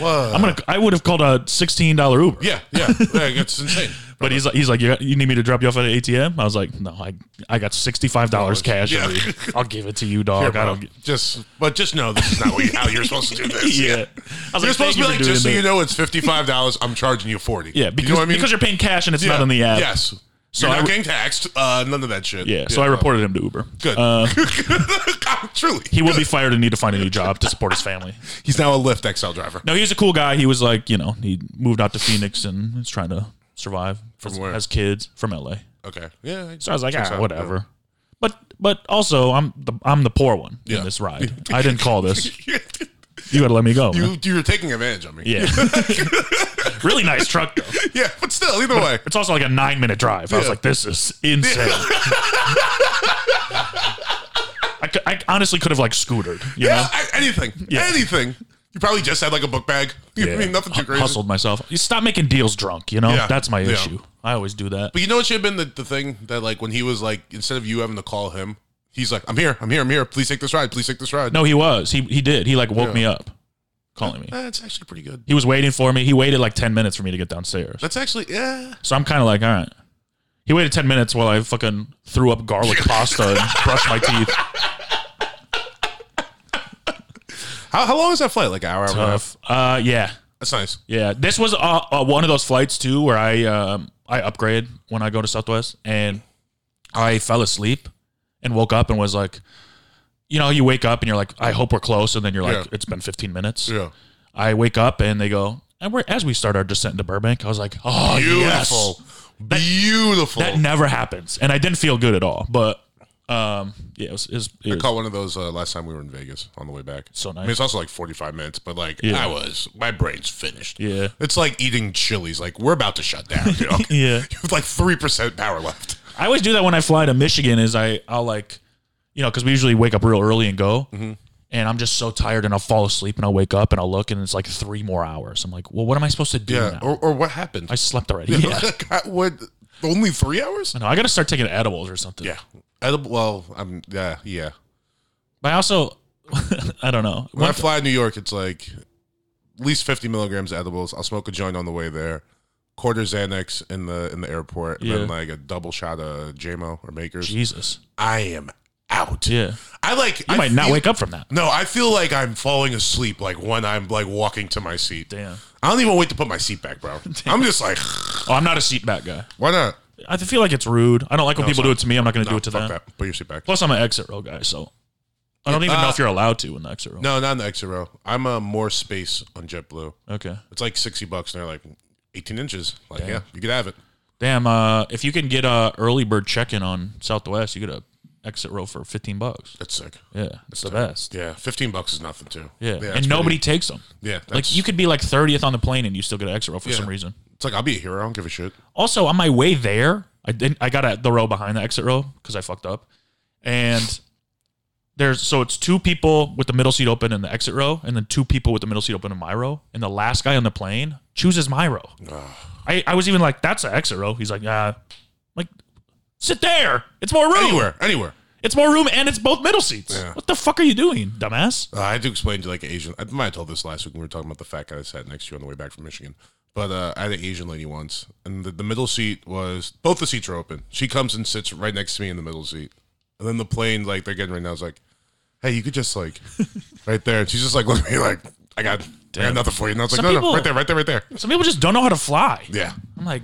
I'm gonna. I would have called a sixteen dollar Uber.
Yeah, yeah, like, it's insane.
But he's like, he's like, you, you need me to drop you off at the ATM? I was like, no, I I got sixty five dollars cash.
Yeah.
on me. I'll give it to you, dog. I don't. Get,
just, but just know this is not what you, how you're supposed to do this.
yeah. I was
You're
like,
supposed to be like, just so you
know.
know, it's fifty five dollars. I'm charging you forty.
Yeah, because,
you know what I mean?
because you're paying cash and it's
Yeah,
not on the app.
Yes,
So
so you're
I
not
re-
getting taxed. Uh, none of that shit.
Yeah. So I reported him to Uber.
Good. Truly,
He will be fired and need to find a new job to support his family.
he's now a Lyft XL driver.
No, he's a cool guy. He was like, you know, he moved out to Phoenix and is trying to survive. From has,
where?
has kids from LA.
Okay. Yeah.
So I was like,
Checks
ah,
out,
whatever. But but also I'm the I'm the poor one
Yeah.
in this ride. I didn't call this.
yeah.
You gotta let me go. man.
You you're taking advantage of me.
Yeah. really nice truck though.
Yeah, but still, either way.
It's also like a nine minute drive. I was
Yeah.
like, this is insane. I, cou- I honestly could have like scootered, you
Yeah,
know?
I, anything.
Yeah.
Anything. You probably just had like a book bag. You know what I mean nothing too
Hu-
crazy.
Hustled myself. You stop making deals drunk, you know?
Yeah.
That's my
Yeah.
issue. I always do that.
But you know what should have been the, the thing that like when he was like instead of you having to call him, he's like, I'm here, I'm here, I'm here. Please take this ride. Please take this ride.
No, he was. He he did. He like woke me up calling me.
Eh, that's actually pretty good.
He was waiting for me. He waited like 10 minutes for me to get downstairs.
That's actually yeah.
So I'm kind of like, all right. He waited 10 minutes while I fucking threw up garlic pasta and brushed my teeth.
How, how long is that flight? Like an hour, hour and a half.
Tough. Uh, yeah.
That's nice.
Yeah, this was uh, uh, one of those flights too where I um, I upgrade when I go to Southwest, and I fell asleep and woke up and was like, you know, you wake up and you're like, I hope we're close, and then you're like,
Yeah.
it's been 15 minutes.
Yeah.
I wake up and they go, and we're as we start our descent into Burbank, I was like, oh
Beautiful.
yes,
Beautiful.
that never happens, and I didn't feel good at all, but um, yeah, it was, it was, it was-
Caught one of those uh, last time we were in Vegas on the way back.
So
I
nice.
mean, it's also like 45 minutes, but like
Yeah.
I was, my brain's finished.
Yeah.
It's like eating chilies. Like we're about to shut down. You know?
Yeah.
You have like 3% power left.
I always do that when I fly to Michigan. Is I I'll like, you know, because we usually wake up real early and go,
Mm-hmm.
and I'm just so tired and I'll fall asleep and I'll wake up and I'll look and it's like three more hours. I'm like, well, what am I supposed to do
Yeah.
now?
Or, or what happened?
I slept already. Yeah.
God, what? Only three hours?
No, I gotta start taking edibles or something.
Yeah. Edible, well, I'm yeah, yeah.
But I also, I don't know.
When
One-
I fly to New York, it's like at least fifty milligrams of edibles. I'll smoke a joint on the way there, quarter Xanax in the in the airport, and
Yeah.
then like a double shot of JMO or Makers.
Jesus.
I am out.
Yeah.
I like.
You
I
might not
feel-
wake up from that.
No, I feel like I'm falling asleep. Like when I'm like walking to my seat.
Damn.
I don't even wait to put my seat back, bro. I'm just like,
Oh, I'm not a seat back guy.
why not?
I feel like it's rude. I don't like when people do it to me. I'm not gonna do it to them.
Fuck that. Put your seat back.
Plus, I'm an exit row guy, so I don't even know
Uh,
if you're allowed to in the exit row.
No, not in the exit row. I'm a more space on JetBlue.
Okay.
It's like sixty bucks, and they're like eighteen inches. Like, yeah, you could have it.
Damn, uh, if you can get a early bird check-in on Southwest, you get a exit row for 15 bucks.
That's sick.
Yeah, it's the best.
Yeah, fifteen bucks is nothing too.
Yeah,
it's
and
pretty-
nobody takes them.
Yeah,
Like
that's-
you could be like 30th on the plane and you still get an exit row for
Yeah.
some reason.
It's like I'll be a hero. I don't give a shit.
Also, on my way there, I didn't I got a, the row behind the exit row cuz I fucked up. And there's so it's two people with the middle seat open in the exit row and then two people with the middle seat open in my row and the last guy on the plane chooses my row. I, I was even like that's an exit row. He's like, "Yeah." Like sit there. It's more room.
Anywhere, anywhere.
It's more room and it's both middle seats.
Yeah.
What the fuck are you doing, dumbass?
Uh, I had to explain to like an Asian. I might have told this last week when we were talking about the fat guy that sat next to you on the way back from Michigan. But uh, I had an Asian lady once, and the, the middle seat was both the seats are open. She comes and sits right next to me in the middle seat, and then the plane like they're getting right now is like, "Hey, you could just like right there." And she's just like looking at me like, "I got, I got nothing for you." And I was like,
Some
"No,
people-
no, right there, right there, right there."
Some people just don't know how to fly.
Yeah,
I'm like,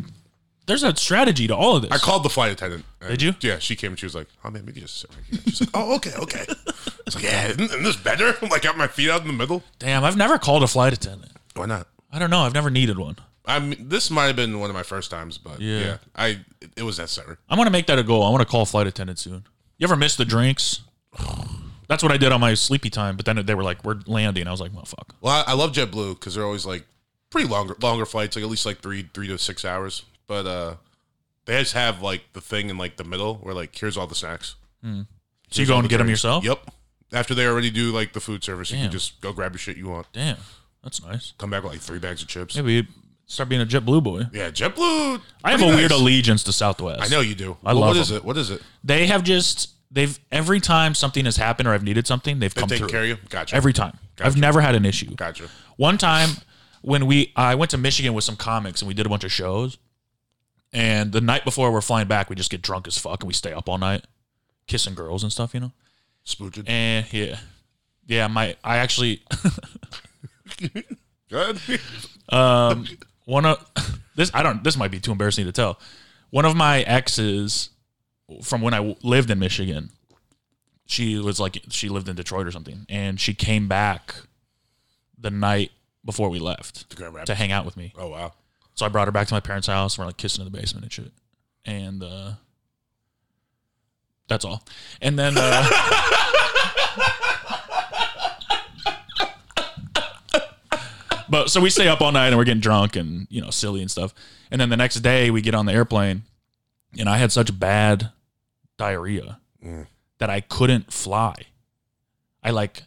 there's a strategy to all of this.
I called the flight attendant. and-
Did you?
Yeah, she came and she was like, "Oh man, we can just sit right here." She's like, "Oh, okay, okay." It's like, "Yeah, isn't, isn't this better?" I'm like, "Got my feet out in the middle."
Damn, I've never called a flight attendant.
Why not?
I don't know. I've never needed one.
I mean, this might have been one of my first times, but
Yeah.
yeah, I it was that summer.
I want to make that a goal. I want to call a flight attendant soon. You ever miss the drinks? That's what I did on my sleepy time. But then they were like, "We're landing." I was like, "Well, fuck."
Well, I, I love JetBlue because they're always like pretty longer longer flights, like at least like three three to six hours. But uh, they just have like the thing in like the middle where like here's all the snacks.
So you go and get them
drinks.
yourself.
Yep. After they already do like the food service, you
Damn.
can just go grab your shit you want.
Damn, that's nice.
Come back with like three bags of chips.
Maybe Start being a JetBlue boy.
Yeah, JetBlue.
I have a
pretty
weird
nice.
allegiance to Southwest.
I know you do.
I
Well,
love
What is
them.
it? What is it?
They have just they've every time something has happened or I've needed something, they've
They
come
take
through.
care of you. Gotcha.
Every time. I've never had an issue.
Gotcha.
One time when we I went to Michigan with some comics and we did a bunch of shows. And the night before we're flying back, we just get drunk as fuck and we stay up all night kissing girls and stuff, you know.
Spooching.
And yeah. Yeah, my I actually
Good.
one of this I don't this might be too embarrassing to tell. One of my exes from when I w- lived in Michigan, she was like she lived in Detroit or something, and she came back the night before we left
Grand
to
Rapids.
hang out with me.
Oh wow.
So I brought her back to my parents' house. We're like kissing in the basement and shit, and uh, that's all. And then. Uh, But so we stay up all night and we're getting drunk and you know silly and stuff. And then the next day we get on the airplane, and I had such bad diarrhea that I couldn't fly. I like,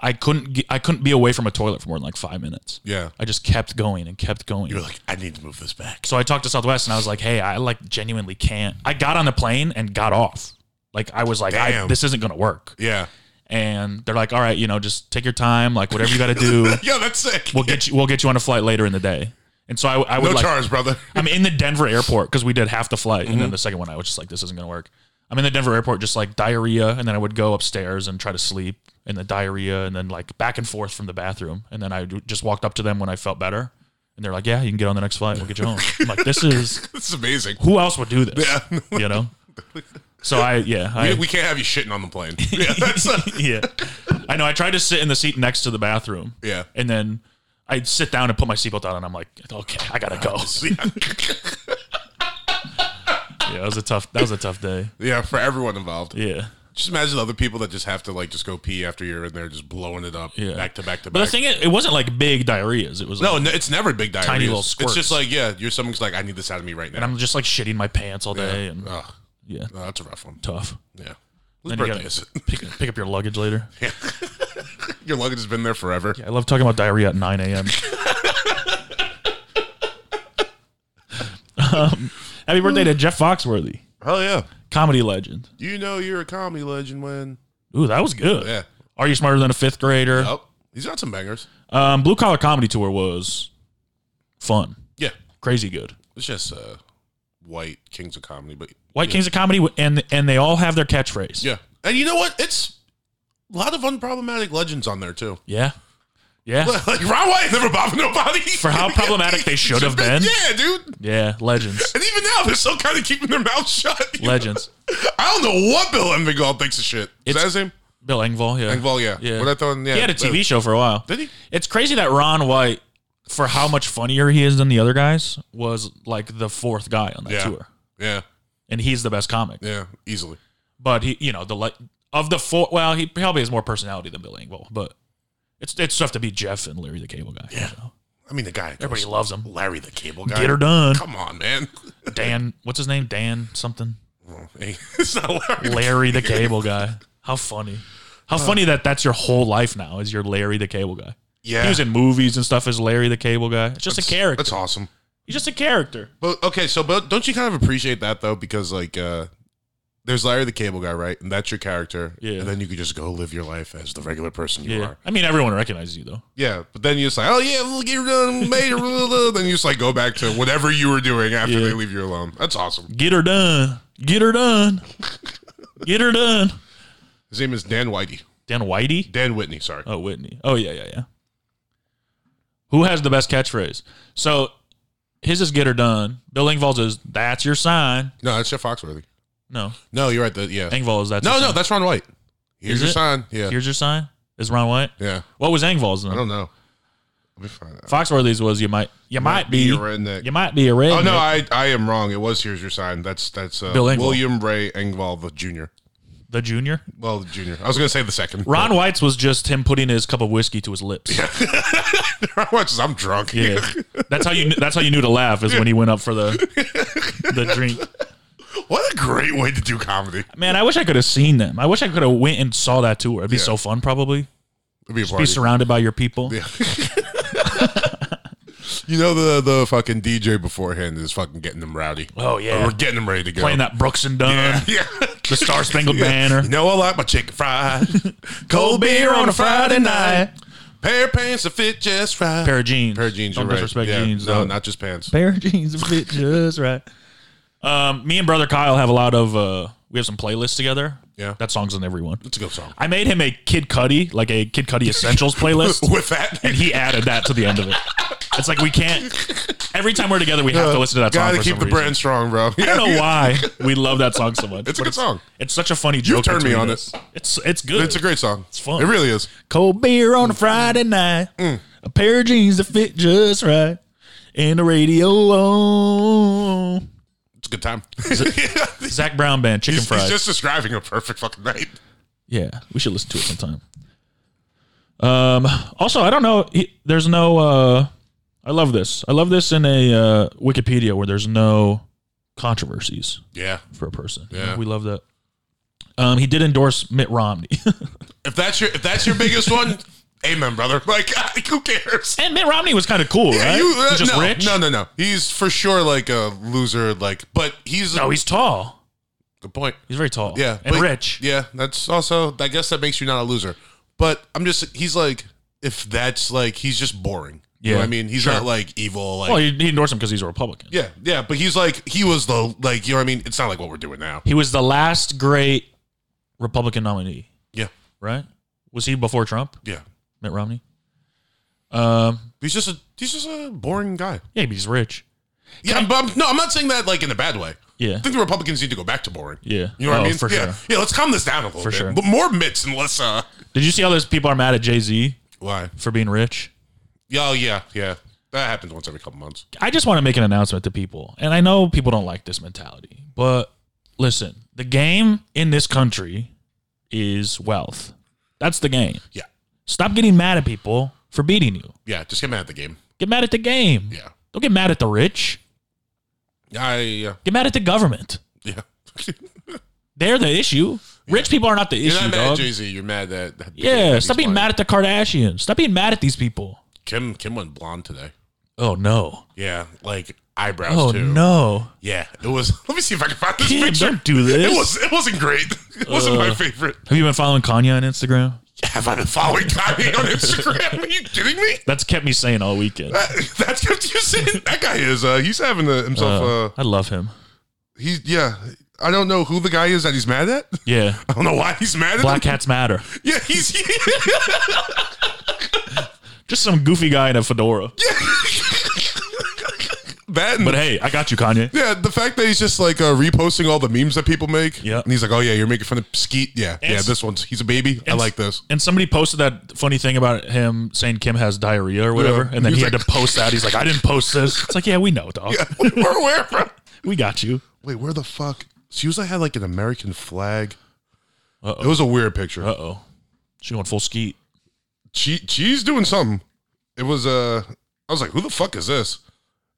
I couldn't get, I couldn't be away from a toilet for more than like five minutes.
Yeah.
I just kept going and kept going.
You're like, I need to move this back.
so I talked to Southwest and I was like, "Hey, I like genuinely can't." I got on the plane and got off. Like I was like, I,
Damn.
"This isn't gonna work."
Yeah.
And they're like, "All right, you know, just take your time. Like whatever you got to do,
Yo, that's sick.
we'll get you. We'll get you on a flight later in the day." And so I, I would
no
like,
charge, Mm-hmm. brother.
I'm in the Denver airport because we did half the flight, and then the second one I was just like, "This isn't gonna work." I'm in the Denver airport, just like diarrhea, and then I would go upstairs and try to sleep, and the diarrhea, and then like back and forth from the bathroom, and then I d- just walked up to them when I felt better, and they're like, "Yeah, you can get on the next flight. We'll get you home." I'm like, "This is
This is amazing.
who else would do this?"
Yeah.
You know. So I yeah I,
We, we can't have you shitting on the plane. Yeah. That's
yeah. I know. I tried to sit in the seat next to the bathroom.
Yeah.
And then I sit down and put my seatbelt on, and I'm like, okay, I gotta go. yeah, that was a tough. That was a tough day.
yeah, for everyone involved.
Yeah.
Just imagine other people that just have to like just go pee after you're in there, just blowing it up
Yeah.
back to back to
But
back.
the thing is, it wasn't like big diarrheas. It was like,
no, no, it's never big diarrhea.
little
It's
squirts.
just like yeah, you're someone's like, I need this out of me right now.
I'm just like shitting my pants all day and
Ugh.
yeah,
Oh, that's a rough one.
tough.
Yeah. Whose
Then you
birthday
gotta
is it?
pick, pick up your luggage later.
Your luggage has been there forever.
I love talking about diarrhea at 9 a.m. um, Um, happy birthday to Jeff Foxworthy,
Hell yeah.
comedy legend.
You know you're a comedy legend when.
Ooh, that was good.
Yeah.
Are you smarter than a fifth grader?
Oh, he's got some bangers.
Um, Blue Collar Comedy Tour was fun,
Yeah.
crazy good.
It's just uh, white kings of comedy, but
White Kings of Comedy, w- and and they all have their catchphrase.
yeah. And you know what? It's a lot of unproblematic legends on there too.
yeah, yeah.
like Ron White never bothered nobody.
For how problematic they should have been.
Yeah, dude.
Yeah, legends,
And even now, they're still kind of keeping their mouth shut.
legends.
I don't know what Bill Envigall thinks of shit. Is
It's-
that his name?
Bill Engvall, yeah.
Engvall, yeah.
yeah.
What I thought, yeah.
He had a TV show for a while.
Did he?
It's crazy that Ron White, for how much funnier he is than the other guys, was like the fourth guy on that
Yeah.
tour,
Yeah,
and he's the best comic.
yeah, easily.
But he, you know, the like of the four. Well, he probably has more personality than Bill Engvall, but it's it's tough to be Jeff and Larry the Cable Guy. Yeah,
I mean, the guy.
everybody loves him.
Larry the Cable Guy.
Get her done.
Come on, man.
Dan, what's his name? Dan something.
it's not Larry.
Larry the Cable Guy. How funny. How funny that that's your whole life now is you're Larry the Cable Guy.
Yeah.
He was in movies and stuff as Larry the Cable Guy. It's just a character.
That's awesome.
He's just a character.
But okay, so but don't you kind of appreciate that though? Because like, uh there's Larry the Cable Guy, right? And that's your character.
Yeah.
And then you could just go live your life as the regular person you
Yeah.
are.
I mean, everyone recognizes you though.
Yeah. But then you just like, oh yeah, we'll get her done, made her, blah, blah, blah. then you just like go back to whatever you were doing after
Yeah.
they leave you alone. That's awesome.
Get her done. Get her done. Get her done.
His name is Dan Whitey.
Dan Whitey?
Dan Whitney. Sorry.
Oh, Whitney. Oh, yeah, yeah, yeah. Who has the best catchphrase? So his is get her done. Bill Engvall's is that's your sign.
No, that's Jeff Foxworthy.
No.
No, you're right. The, yeah.
Engvall is that's
No,
your
no,
sign.
that's Ron White. Here's
Is
your
it?
sign. Yeah.
Here's your sign. Is Ron White?
yeah.
What was Engvall's then?
I don't know. Let me find out.
Foxworthy's was you might you might, be,
a redneck.
you might be a redneck.
Oh no, I I am wrong. It was here's your sign. That's that's uh,
Bill Engvall.
William Ray Engvall the junior.
the junior.
Well, the junior. I was gonna say the second.
Ron White's was just him putting his cup of whiskey to his lips. Yeah,
Ron White says, I'm drunk.
that's how you kn- that's how you knew to laugh is when he went up for the the drink.
what a great way to do comedy.
Man, I wish I could have seen them. I wish I could have went and saw that tour. It'd be so fun, probably.
It'd be a
Be
party.
surrounded by your people.
Yeah. You know the the fucking DJ beforehand is fucking getting them rowdy.
Oh, yeah.
Or we're getting them ready to go.
Playing that Brooks and Dunn,
Yeah.
the Star Spangled
Yeah.
Banner.
You know I like my chicken fried, cold beer on a Friday night, pair of pants that fit just right,
Pair of jeans.
pair of jeans.
Don't
you're right.
disrespect
Yeah.
jeans.
No,
though.
not just pants.
pair of jeans fit just right. Um, me and brother Kyle have a lot of uh, we have some playlists together.
Yeah.
that song's on everyone.
It's a good song.
I made him a Kid Cudi, like a Kid Cudi Essentials playlist,
With that,
and he added that to the end of it. It's like we can't. Every time we're together, we have to listen to that song.
gotta
for
keep
some
the
reason.
brand strong, bro.
I don't know why we love that song so much.
It's a
but
good song.
It's such a funny joke.
turned me
between
on
us.
it.
It's it's good.
It's a great song. It's
fun.
It really is.
cold beer on a Friday night,
Mm.
a pair of jeans that fit just right, and the radio on.
It's a good time.
Zach Brown band, chicken
He's,
fried.
he's just describing a perfect fucking night.
yeah, we should listen to it sometime. Um. Also, I don't know. he- There's no. uh I love this. I love this in a uh, Wikipedia where there's no controversies
Yeah.
for a person.
Yeah.
we love that. Um, he did endorse Mitt Romney.
If that's your if that's your biggest one, amen, brother. Like who cares?
And Mitt Romney was kind of cool, right?
You, uh,
he's just
no,
rich.
no, no, no. He's for sure like a loser. Like, but he's
No, Oh, he's tall.
good point.
He's very tall.
Yeah,
and
but-
rich.
Yeah, that's also. I guess that makes you not a loser. But I'm just. He's like, if that's like, he's just boring. You know
Yeah,
what I mean, he's not like evil. Like,
Well, he, he endorsed him because he's a Republican.
yeah, yeah. But he's like, he was the like. You know what I mean? It's not like what we're doing now.
He was the last great Republican nominee,
Yeah,
right? Was he before Trump,
yeah.
Mitt Romney? Um,
He's just a. He's just a boring guy.
yeah, but he's rich.
Yeah, I'm, I'm, no, I'm not saying that like in a bad way.
Yeah.
I think the Republicans need to go back to boring.
Yeah.
You know what
Oh,
I mean?
for
yeah.
sure.
Yeah, let's calm this down a little
For
bit.
sure.
But more mitts and less uh
Did you see how those people are mad at Jay Z
why?
for being rich?
Yeah, oh, yeah, yeah. That happens once every couple months.
I just want to make an announcement to people, and I know people don't like this mentality, but listen, the game in this country is wealth. That's the game.
Yeah.
Stop getting mad at people for beating you.
Yeah, just get mad at the game.
Get mad at the game.
Yeah.
Don't get mad at the rich.
I yeah.
Get mad at the government.
Yeah.
They're the issue. Rich people are not the
You're
issue,
not mad at
dog.
Jay Z, you're mad at that.
Yeah, stop being mad at the Kardashians. Stop being mad at these people.
Kim Kim went blonde today.
Oh no.
Yeah, like eyebrows
Oh
too.
no.
Yeah. It was let me see if I can find this
Kim,
picture.
don't do this.
It was it wasn't great. It wasn't my favorite.
Have you been following Kanye on Instagram?
Have I been following Kanye on Instagram? Are you kidding me?
That's kept me saying all weekend.
That- that's what you're saying. That guy is. Uh, he's having uh himself. Uh,
Uh, I love him.
he's yeah. I don't know who the guy is that he's mad at.
Yeah.
I don't know why he's mad at
Black
him.
hats matter.
Yeah, he's
Just some goofy guy in a fedora.
that. And,
But hey, I got you, Kanye.
yeah, the fact that he's just like uh, reposting all the memes that people make.
Yeah.
and he's like, oh yeah, you're making fun of Skeet. Yeah, yeah.
It's-
This one's he's a baby. I
it's-
like this.
And somebody posted that funny thing about him saying Kim has diarrhea or whatever,
Yeah.
and then
He
he had
was like-
to post that. He's like, "I didn't post this." It's like, yeah, we know, dog.
Yeah, we're aware, bro.
We got you.
Wait, where the fuck? She was. I had like an American flag. It was a weird picture.
Uh oh, she going full skeet.
she she's doing something. It was uh I was like, who the fuck is this?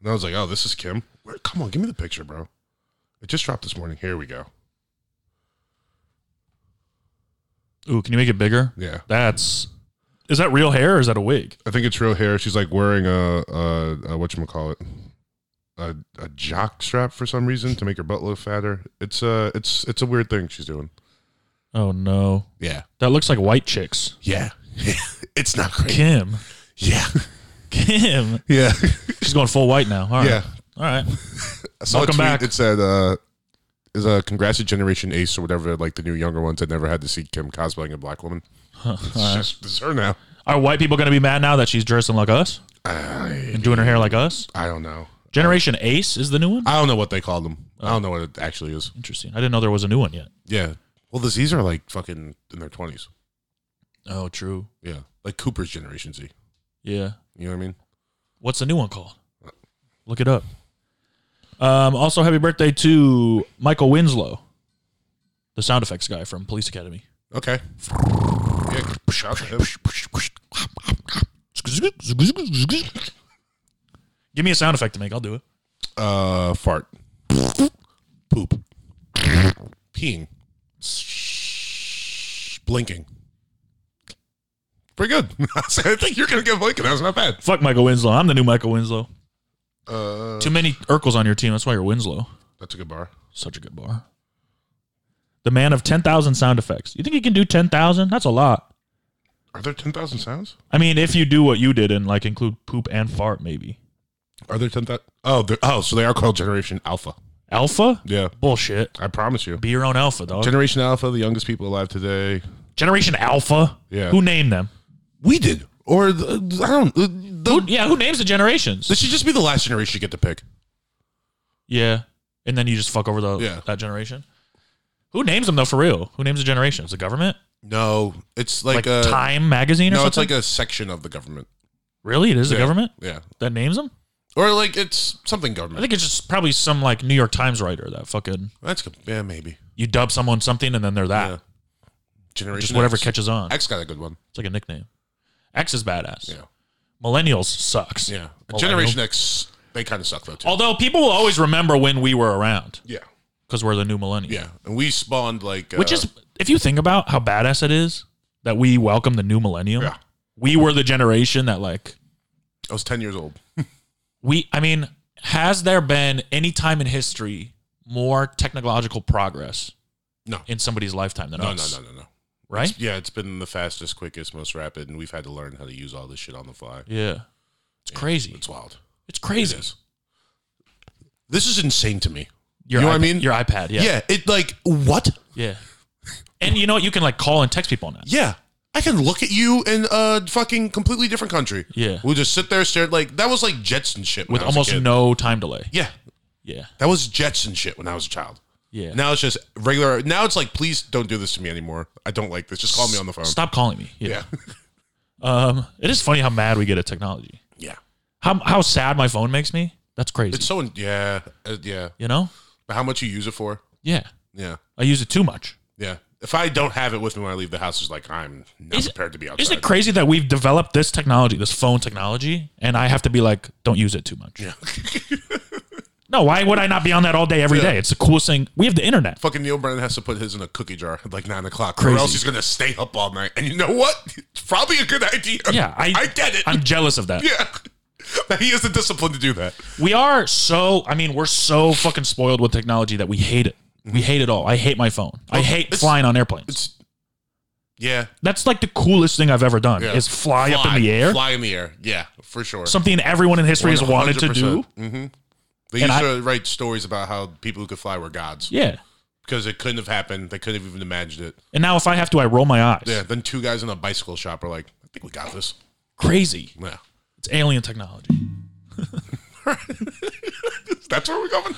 And I was like, oh, this is Kim. Where, come on, give me the picture, bro. It just dropped this morning. Here we go.
Ooh, can you make it bigger?
Yeah.
That's is that real hair or is that a wig?
I think it's real hair. She's like wearing a uh a whatchamacallit. A a jock strap for some reason to make her butt look fatter. It's uh it's it's a weird thing she's doing.
Oh no,
Yeah.
that looks like white chicks.
Yeah. it's not great.
Kim,
Yeah.
Kim,
Yeah.
she's going full white now. All right,
Yeah.
all right.
I saw a
Welcome
tweet.
back.
It said uh is a congrats to Generation Ace or whatever, like the new younger ones that never had to see Kim cosplaying a black woman. It's just it's her now.
Are white people going to be mad now that she's dressing like us
I,
and doing her hair like us?
I don't know.
Generation Ace is the new one.
I don't know what they call them. I don't know what it actually is.
Interesting. I didn't know there was a new one yet.
Yeah. Well, this, these are like fucking in their twenties.
Oh, true.
Yeah, like Cooper's Generation Z.
Yeah.
You know what I mean?
What's the new one called? Look it up. Um, also, happy birthday to Michael Winslow, the sound effects guy from Police Academy.
Okay. Yeah, shout out to him.
Give me a sound effect to make. I'll do it.
Uh, fart, poop, peeing, blinking. Pretty good. I think you're gonna get blinking. That's not bad.
Fuck Michael Winslow. I'm the new Michael Winslow.
Uh,
Too many Urkels on your team. That's why you're Winslow.
that's a good bar.
Such a good bar. The man of 10,000 sound effects. You think he can do 10,000? That's a lot.
Are there ten thousand sounds?
I mean, if you do what you did and like include poop and fart, maybe.
Are there ten thousand? Oh, they're- oh, so they are called Generation Alpha.
Alpha?
Yeah,
Bullshit.
I promise you.
Be your own alpha, dog.
Generation Alpha, the youngest people alive today.
Generation Alpha?
Yeah.
Who named them?
We did, or the, I don't. The,
Who, yeah, who names the generations?
this should just be the last generation you get to pick.
Yeah. And then you just fuck over the
Yeah.
that generation. Who names them though for real? Who names the generations? The government?
No, it's
Like,
like, a
Time magazine or
no, it's
something?
like a section of the government.
really? It is the
Yeah.
government
Yeah,
that names them?
or like it's something
I
government.
think it's just probably some like New York Times writer that fucking
That's good. Yeah, maybe.
you dub someone something and then they're that.
Yeah. Generation
Just whatever
X.
catches on.
X got a good one.
It's like a nickname. X is badass.
Yeah.
Millennials sucks.
Yeah,
Millennial.
Generation X. They kind of suck though too.
Although people will always remember when we were around
yeah,
because we're the new millennials.
yeah, and we spawned like uh,
Which is, if you think about how badass it is that we welcome the new millennium,
Yeah.
we were the generation that, like,
I was ten years old.
we, I mean, has there been any time in history more technological progress
No.
in somebody's lifetime than
No, no,
us?
no, no, no.
Right?
Yeah, it's been the fastest, quickest, most rapid, and we've had to learn how to use all this shit on the fly.
yeah. It's crazy.
It's wild.
It's crazy.
is. This is insane to me.
Your
You know what I
iPad-
mean?
Your iPad.
Yeah,
Yeah.
it like what?
Yeah. And you know what? You can, like, call and text people now.
Yeah. I can look at you in a fucking completely different country.
Yeah.
We'll just sit there stare like that was like Jetson shit when
with
I was a
almost
kid.
no time delay.
Yeah.
Yeah.
That was Jetson shit when I was a child.
Yeah.
Now it's just regular now it's like please don't do this to me anymore. I don't like this. Just call me on the phone.
Stop calling me.
Yeah.
Yeah. Um, it is funny how mad we get at technology.
Yeah.
How how sad my phone makes me. That's crazy.
It's so in- yeah, uh, yeah.
you know?
But how much you use it for?
Yeah.
Yeah.
I use it too much.
Yeah. If I don't have it with me when I leave the house, it's like I'm not
Is-
prepared to be outside.
Isn't it crazy that we've developed this technology, this phone technology, and I have to be like, don't use it too much.
Yeah.
No, why would I not be on that all day every day?
Yeah.
It's the coolest thing. We have the internet.
Fucking Neil Brennan has to put his in a cookie jar at like nine o'clock, or
Crazy.
else he's gonna stay up all night. And you know what? It's probably a good idea.
Yeah, I,
I get it.
I'm jealous of that.
yeah, that he has the discipline to do that.
We are so I mean, we're so fucking spoiled with technology that we hate it. We hate it all. I hate my phone. I hate
Mhm. it's-
flying on airplanes.
It's yeah,
That's like the coolest thing I've ever done
yeah.
is fly, up in the air.
fly in the air. Yeah, for sure.
Something everyone in history has wanted to do.
Mm-hmm. They
And
used
I-
to write stories about how people who could fly were gods
Yeah.
because it couldn't have happened. They couldn't have even imagined it.
And now if I have to, I roll my eyes.
Yeah. Then two guys in a bicycle shop are like, "I think we got this."
Crazy.
Yeah.
It's alien technology.
That's where we're going.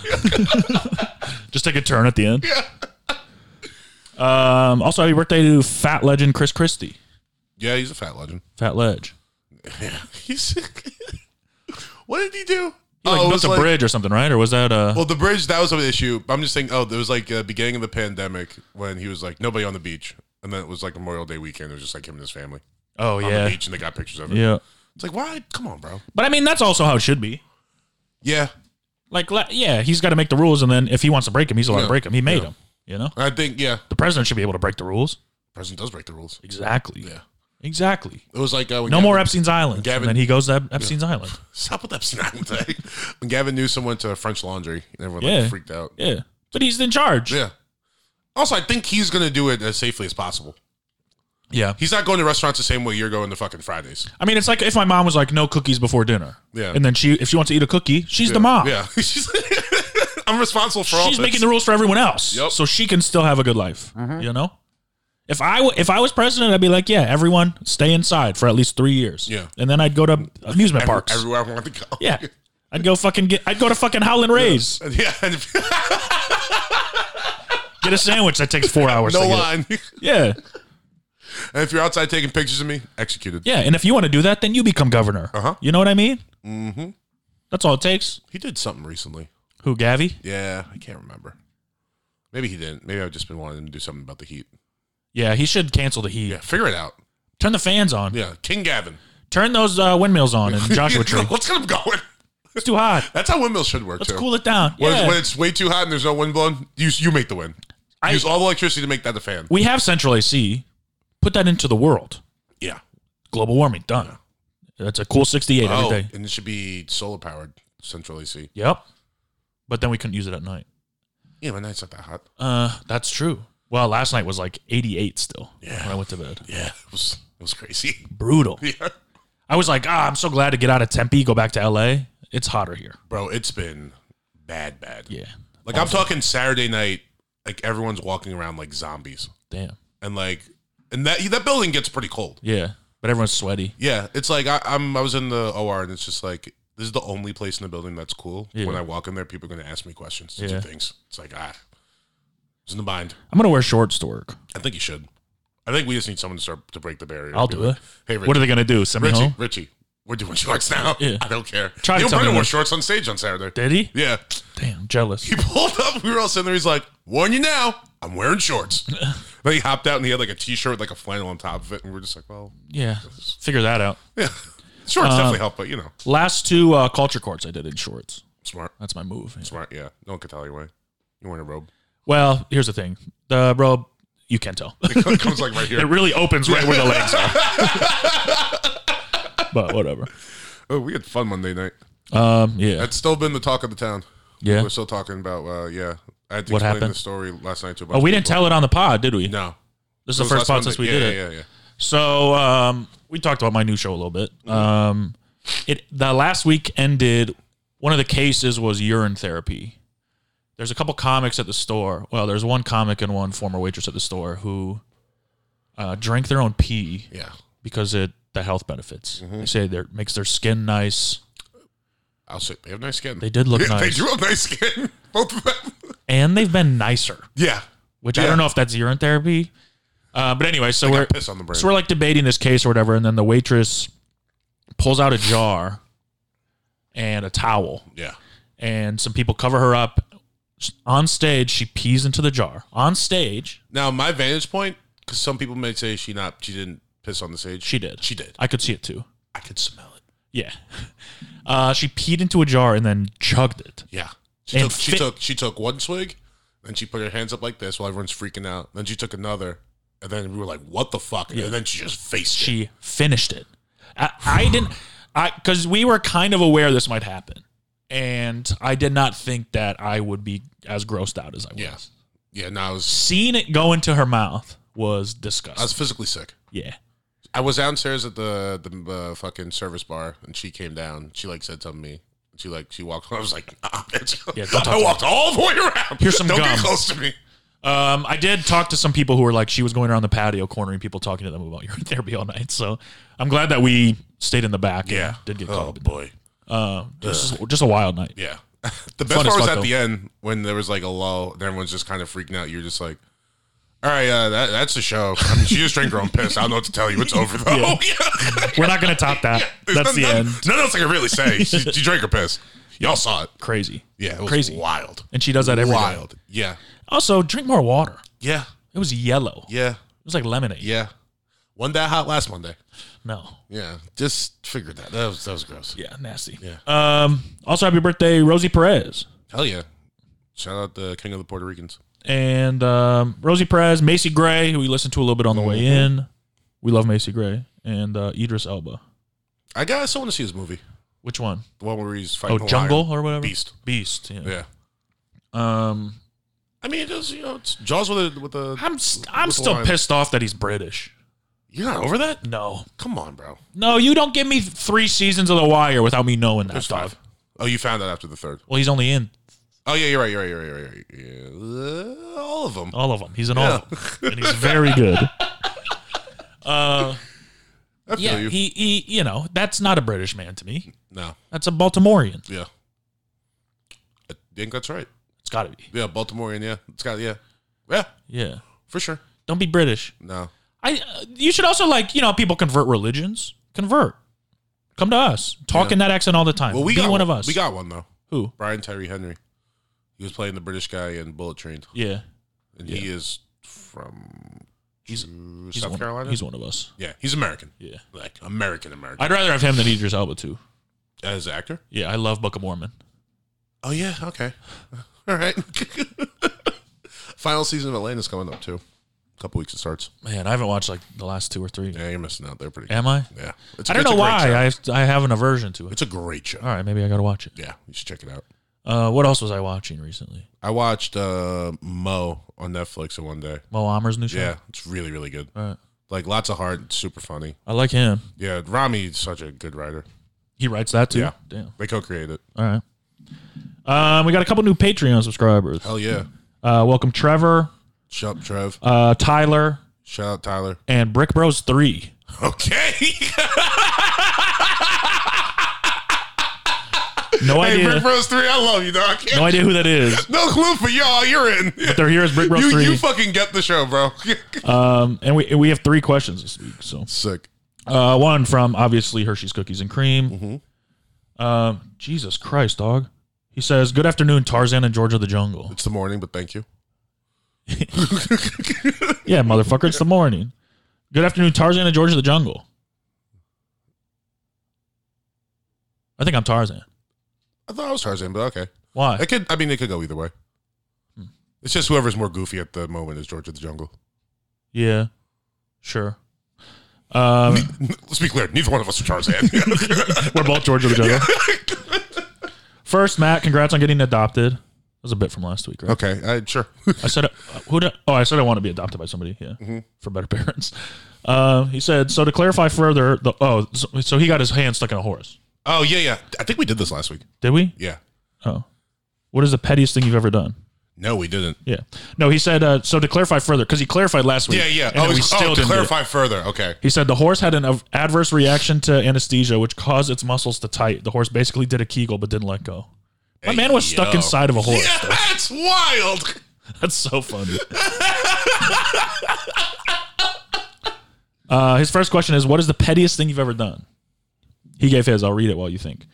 Just take a turn at the end.
yeah.
Um, also, happy birthday to fat legend Chris Christie.
Yeah, he's a fat legend.
Fat Ledge.
Yeah, he's. what did he do?
He like,
Oh, it
built
was
a
like-
bridge or something, right? Or was that uh
Well, the bridge that was an issue. I'm just thinking. Oh, there was like uh, beginning of the pandemic when he was like nobody on the beach, and then it was like Memorial Day weekend. It was just like him and his family
Oh
on the
yeah.
beach, and they got pictures of it.
Yeah.
It's like why? Come on, bro.
But I mean that's also how it should be.
Yeah,
Like le- yeah, he's gotta make the rules and then if he wants to break them, he's allowed
Yeah.
to break them. He made
Yeah.
them. You know?
I think yeah,
The president should be able to break the rules.
president does break the rules.
Exactly.
Yeah.
Exactly.
It was like uh, when
No
Gavin-
more Epstein's Island.
Gavin-
and then he goes to Ep- Epstein's Island.
Stop with that snap thing. when Gavin Newsom went to French Laundry, and everyone
Yeah.
like, freaked out.
Yeah. But he's in charge.
Yeah. Also, I think he's gonna do it as safely as possible.
Yeah.
He's not going to restaurants the same way you're going to fucking Fridays.
I mean, it's like if my mom was like, no cookies before dinner.
Yeah.
And then she, if she wants to eat a cookie, she's the mom.
Yeah, She's- I'm responsible for all.
She's
this.
making the rules for everyone else.
Yep.
So she can still have a good life. You know? If I, w- if I was president, I'd be like, yeah, everyone stay inside for at least three years.
Yeah. Mm.
And then I'd go to amusement
Every-
parks.
everywhere I want to go.
yeah. I'd go fucking get, I'd go to fucking Howland Rays.
yeah, and if-
Get a sandwich that takes four hours.
no
to get it.
line.
Yeah.
And if you're outside taking pictures of me, executed.
Yeah. And if you want to do that, then you become governor.
Uh-huh.
You know what I mean? Mm-hmm. That's all it takes.
He did something recently.
Who, Gavi?
Yeah, I can't remember. Maybe he didn't. Maybe I've just been wanting him to do something about the heat.
Yeah, he should cancel the heat.
Yeah, figure it out.
Turn the fans on.
Yeah, King Gavin.
Turn those uh, windmills on in Joshua Tree.
Let's get him going.
It's too hot.
That's how windmills should work
Let's
too.
cool it down.
When,
Yeah.
when it's way too hot and there's no wind blowing, use you make the wind.
I-
use all the electricity to make that a fan.
we have central AC. Put that into the world.
Yeah.
Global warming done. That's a cool 68
Oh,
every day.
and it should be solar powered Central AC.
Yep. But then we couldn't use it at night.
Yeah, my night's not that hot.
Uh, that's true. Well, last night was like 88 still
Yeah.
when I went to bed.
Yeah, it was it was crazy.
Brutal.
yeah,
I was like, ah, I'm so glad to get out of Tempe, go back to LA. It's hotter here.
bro, it's been bad, bad.
Yeah.
like I'm talking Saturday night. Like everyone's walking around like zombies,
Damn.
and like, and that that building gets pretty cold.
Yeah. But everyone's sweaty.
Yeah, it's like I, I'm. I was in the OR, and it's just like this is the only place in the building that's cool.
Yeah.
When I walk in there, people are going to ask me questions to
Yeah.
do things. It's like ah, it's in the mind.
I'm gonna wear shorts to work.
I think you should. I think we just need someone to start to break the barrier.
I'll
Be
do
like,
it.
Hey, Richie,
What are they gonna do? Send me
Richie,
home?
Richie, we're doing shorts now.
Yeah.
I don't care.
Try to
Neil
tell me
Brennan wore
what-
shorts on stage on Saturday.
Did he?
Yeah,
Damn, jealous.
he pulled up. We were all sitting there. He's like, "Warn you now, I'm wearing shorts." then he hopped out and he had like a t-shirt with like a flannel on top of it, and we are just like, "Well,
Yeah. Figure that out.
yeah, shorts
Um,
definitely help, but you know,
Last two uh, culture courts I did in shorts.
smart,
That's my move.
smart. Yeah, no one could tell you why. You wearing a robe?
Well, here's the thing. The robe, you can tell.
It comes like right
It
here.
really opens right where the legs are. but whatever.
Oh, we had fun Monday night.
Um, yeah.
That's still been the talk of the town.
Yeah.
we're still talking about. Uh, yeah, I had to
What
explain
happened?
the story last night to a bunch.
Oh, we
of
didn't
people.
tell it on the pod, did we?
No,
This is
It
the
was
first
last
pod since we
Monday.
did
yeah,
it.
Yeah, yeah, yeah.
So um, we talked about my new show a little bit. Um, it the last week ended. One of the cases was urine therapy. There's a couple comics at the store. Well, there's one comic and one former waitress at the store who uh, drank their own pee
Yeah, Mm-hmm.
because it the health benefits. They say they makes their skin nice.
I'll say they have nice skin.
They did look
Yeah,
nice,
They drew up nice skin. Both of them.
and they've been nicer.
Yeah.
Which I
Yeah.
don't know if that's urine therapy. Uh, but anyway, so we're
got piss on the brain.
so we're like debating this case or whatever, and then the waitress pulls out a jar and a towel,
Yeah.
and some people cover her up. On stage, she pees into the jar. On stage,
Now my vantage point, because some people may say she not, she didn't piss on the stage.
she did.
She did.
I could see it too.
I could smell it.
Yeah. Uh, she peed into a jar and then chugged it.
Yeah. She
And
took, she
fit-
took she took one swig, then she put her hands up like this while everyone's freaking out. Then she took another, and then we were like, "What the fuck?" And then she just faced it.
She finished it. I, I didn't, I because we were kind of aware this might happen, and I did not think that I would be as grossed out as I was.
Yeah. Yeah. No, I was
Seeing it go into her mouth was
I
disgusting.
was physically sick.
yeah.
I was downstairs at the the uh, fucking service bar, and she came down. She like said something to me. She like she walked. I was like, nah, bitch.
Yeah, don't talk to
I
me.
walked all the way around.
Here's some
don't
gum.
get close to me.
Um, I did talk to some people who were like, she was going around the patio cornering people talking to them about urine therapy all night. So I'm glad that we stayed in the back. and did get
Oh
caught.
boy.
Uh, this is just a wild night.
Yeah. The best
Fun as
part was
fuck,
at the end when there was like a lull and everyone's just kind of freaking out. You're just like, all right, uh, that, that's the show. I mean, she just drank her own piss. I don't know what to tell you. It's over though.
Yeah.
Yeah.
We're not gonna top that.
There's
That's the
none,
end.
None else I can really say. She, she drank her piss. Y'all saw it.
Crazy.
Yeah, it was
Crazy.
wild.
And she does that every day.
wild. Yeah.
Also, drink more water.
Yeah.
It was yellow.
Yeah.
It was like lemonade.
Yeah. One that hot last Monday.
No.
Yeah. Just figured that. That was that was gross.
Yeah, nasty.
Yeah.
Um, also, happy birthday, Rosie Perez.
Hell yeah. Shout out the king of the Puerto Ricans.
And um, Rosie Perez, Macy Gray, who we listened to a little bit on
Oh,
the way in. We love Macy Gray. And uh, Idris Elba.
I got. I still want to see his movie.
Which one?
The one where he's fighting
Oh,
the lion.
Jungle or whatever?
Beast.
Beast. Yeah.
Yeah.
Um,
I mean, it does. You know, it's Jaws with a with a.
I'm st- I'm
With the
still
line.
pissed off that he's British.
You're not over that?
No,
Come on, bro.
no, you don't give me three seasons of The Wire without me knowing that.
There's
Dog.
five. Oh, you found out after the third.
Well, he's only in
Oh yeah, you're right. You're right. You're right. You're right. You're right. Yeah, all of them.
all of them. He's in all of them, and he's very good.
I feel
Yeah,
you.
he, he, you know, that's not a British man to me.
no.
That's a Baltimorean.
Yeah. I think that's right.
It's got to be.
Yeah, Baltimorean. Yeah, it's got. Yeah, yeah,
Yeah,
for sure.
don't be British.
No.
I. Uh, you should also like, you know, people convert religions. Convert. Come to us. Talk in that accent all the time.
Well, we
be
got
one of us.
We got one though.
who?
Brian Tyree Henry. He was playing the British guy in Bullet Train,
Yeah,
and he is from
he's he's
South
one,
Carolina.
He's one of us.
yeah, he's American.
Yeah.
Like American American
I'd rather have him than Idris Elba too.
as an actor.
Yeah, I love Book of Mormon.
Oh yeah, okay. All right. Final season of Atlanta's coming up too. couple weeks it starts.
Man, I haven't watched like the last two or three.
Yeah, you're missing out. They're pretty.
Am I?
Yeah. It's,
I don't
it's
know
a great
why.
show.
I Uh. have, I have an aversion to it.
it's a great show.
All right, maybe I gotta watch it.
Yeah, you should check it out.
Uh, what else was I watching recently?
I watched uh, Mo on Netflix in one day.
Mo Amer's new show.
Yeah, it's really really good.
All right.
Like lots of heart, super funny.
I like him.
Yeah, Rami is such a good writer.
He writes that too.
Yeah.
Damn.
They co-create it.
All right. Um, we got a couple new Patreon subscribers.
Hell yeah!
Uh, welcome Trevor,
Shout out Trev.
uh, Tyler,
Shout out Tyler.
and Brick Bros Three.
Okay.
No
hey,
idea.
Brick Bros Three, I love you, dog.
no idea who that is.
No clue for y'all. You're in.
They're here as Brick Bros
You
Three.
you fucking get the show, bro.
um, and we and we have three questions this week. So
Sick.
uh, one from obviously Hershey's Cookies and Cream. Um, Jesus Christ, dog. He says, "Good afternoon, Tarzan and George of the Jungle."
It's the morning, but thank you.
Yeah, motherfucker, it's the morning. Good afternoon, Tarzan and George of the Jungle. I think I'm Tarzan.
I thought I was Tarzan, but okay.
Why?
It could. I mean, it could go either way. It's just whoever's more goofy at the moment is George of the Jungle.
Yeah, sure. Um,
Let's be clear. Neither one of us are Tarzan.
we're both George of the Jungle. First, Matt, congrats on getting adopted. That was a bit from last week, right?
okay. I, sure.
I said, uh, "Who? do- oh, I said I want to be adopted by somebody. Yeah,
Mm-hmm.
for better parents." Uh, he said. So to clarify further, the oh, so, so he got his hand stuck in a horse.
Oh yeah, yeah. I think we did this last week.
Did we?
Yeah.
Oh, what is the pettiest thing you've ever done?
No, we didn't.
Yeah. No, he said, uh, so to clarify further, because he clarified last week.
Yeah, yeah.
and
Oh,
we
it's-
still
oh, to
didn't do it.
clarify further. Okay.
He said the horse had an av- adverse reaction to anesthesia, which caused its muscles to tight. The horse basically did a kegel but didn't let go. My man was stuck
yo.
inside of a horse.
Yeah, that's wild.
That's so funny. uh, his first question is What is the pettiest thing you've ever done? He gave his. I'll read it while you think.